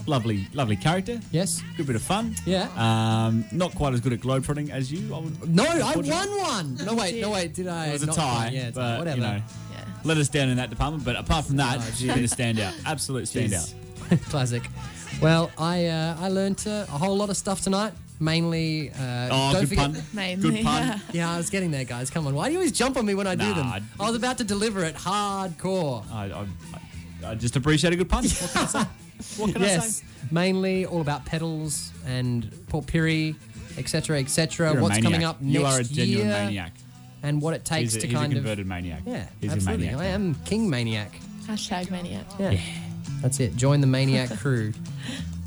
E: lovely, lovely character.
D: Yes.
E: Good bit of fun.
D: Yeah.
E: Um, not quite as good at globetrotting as you. I would,
D: No, I
E: unfortunately.
D: won one. No, wait, no, wait. Did I?
E: It was a
D: not-
E: tie.
D: Yeah, it's
E: but,
D: whatever.
E: You know, Let us down in that department, but apart from
D: Oh,
E: that, it's been a standout. Absolute standout.
D: Classic. Well, I uh, I learnt uh, a whole lot of stuff tonight. Mainly, uh,
E: Oh,
D: don't
E: good
D: forget.
E: pun. Mainly, Good pun. yeah.
D: Yeah, I was getting there, guys. Come on, why do you always jump on me when I do them?
E: Nah.
D: I was about to deliver it hardcore.
E: I, I, I just appreciate a good punch. What can I say? What can I
D: yes,
E: say?
D: mainly all about pedals and Porpiri, etc., etc.
E: You're a
D: Uh, What's coming
E: maniac.
D: up next
E: You are a genuine
D: year
E: maniac.
D: and what it takes
E: He's a,
D: to
E: he's a
D: kind of
E: converted maniac.
D: yeah,
E: he's
D: absolutely.
E: a
D: I
E: maniac.
D: am king maniac.
G: Hashtag maniac.
D: Yeah. That's it. Join the Maniac crew.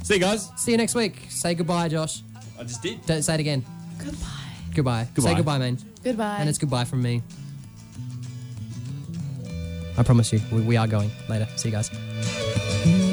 E: See you guys.
D: See you next week. Say goodbye, Josh.
E: I just did.
D: Don't say it again. Goodbye. Goodbye.
E: Goodbye.
D: Say goodbye, man.
G: Goodbye.
D: And it's goodbye from me. I promise you, we, we are going later. See you guys.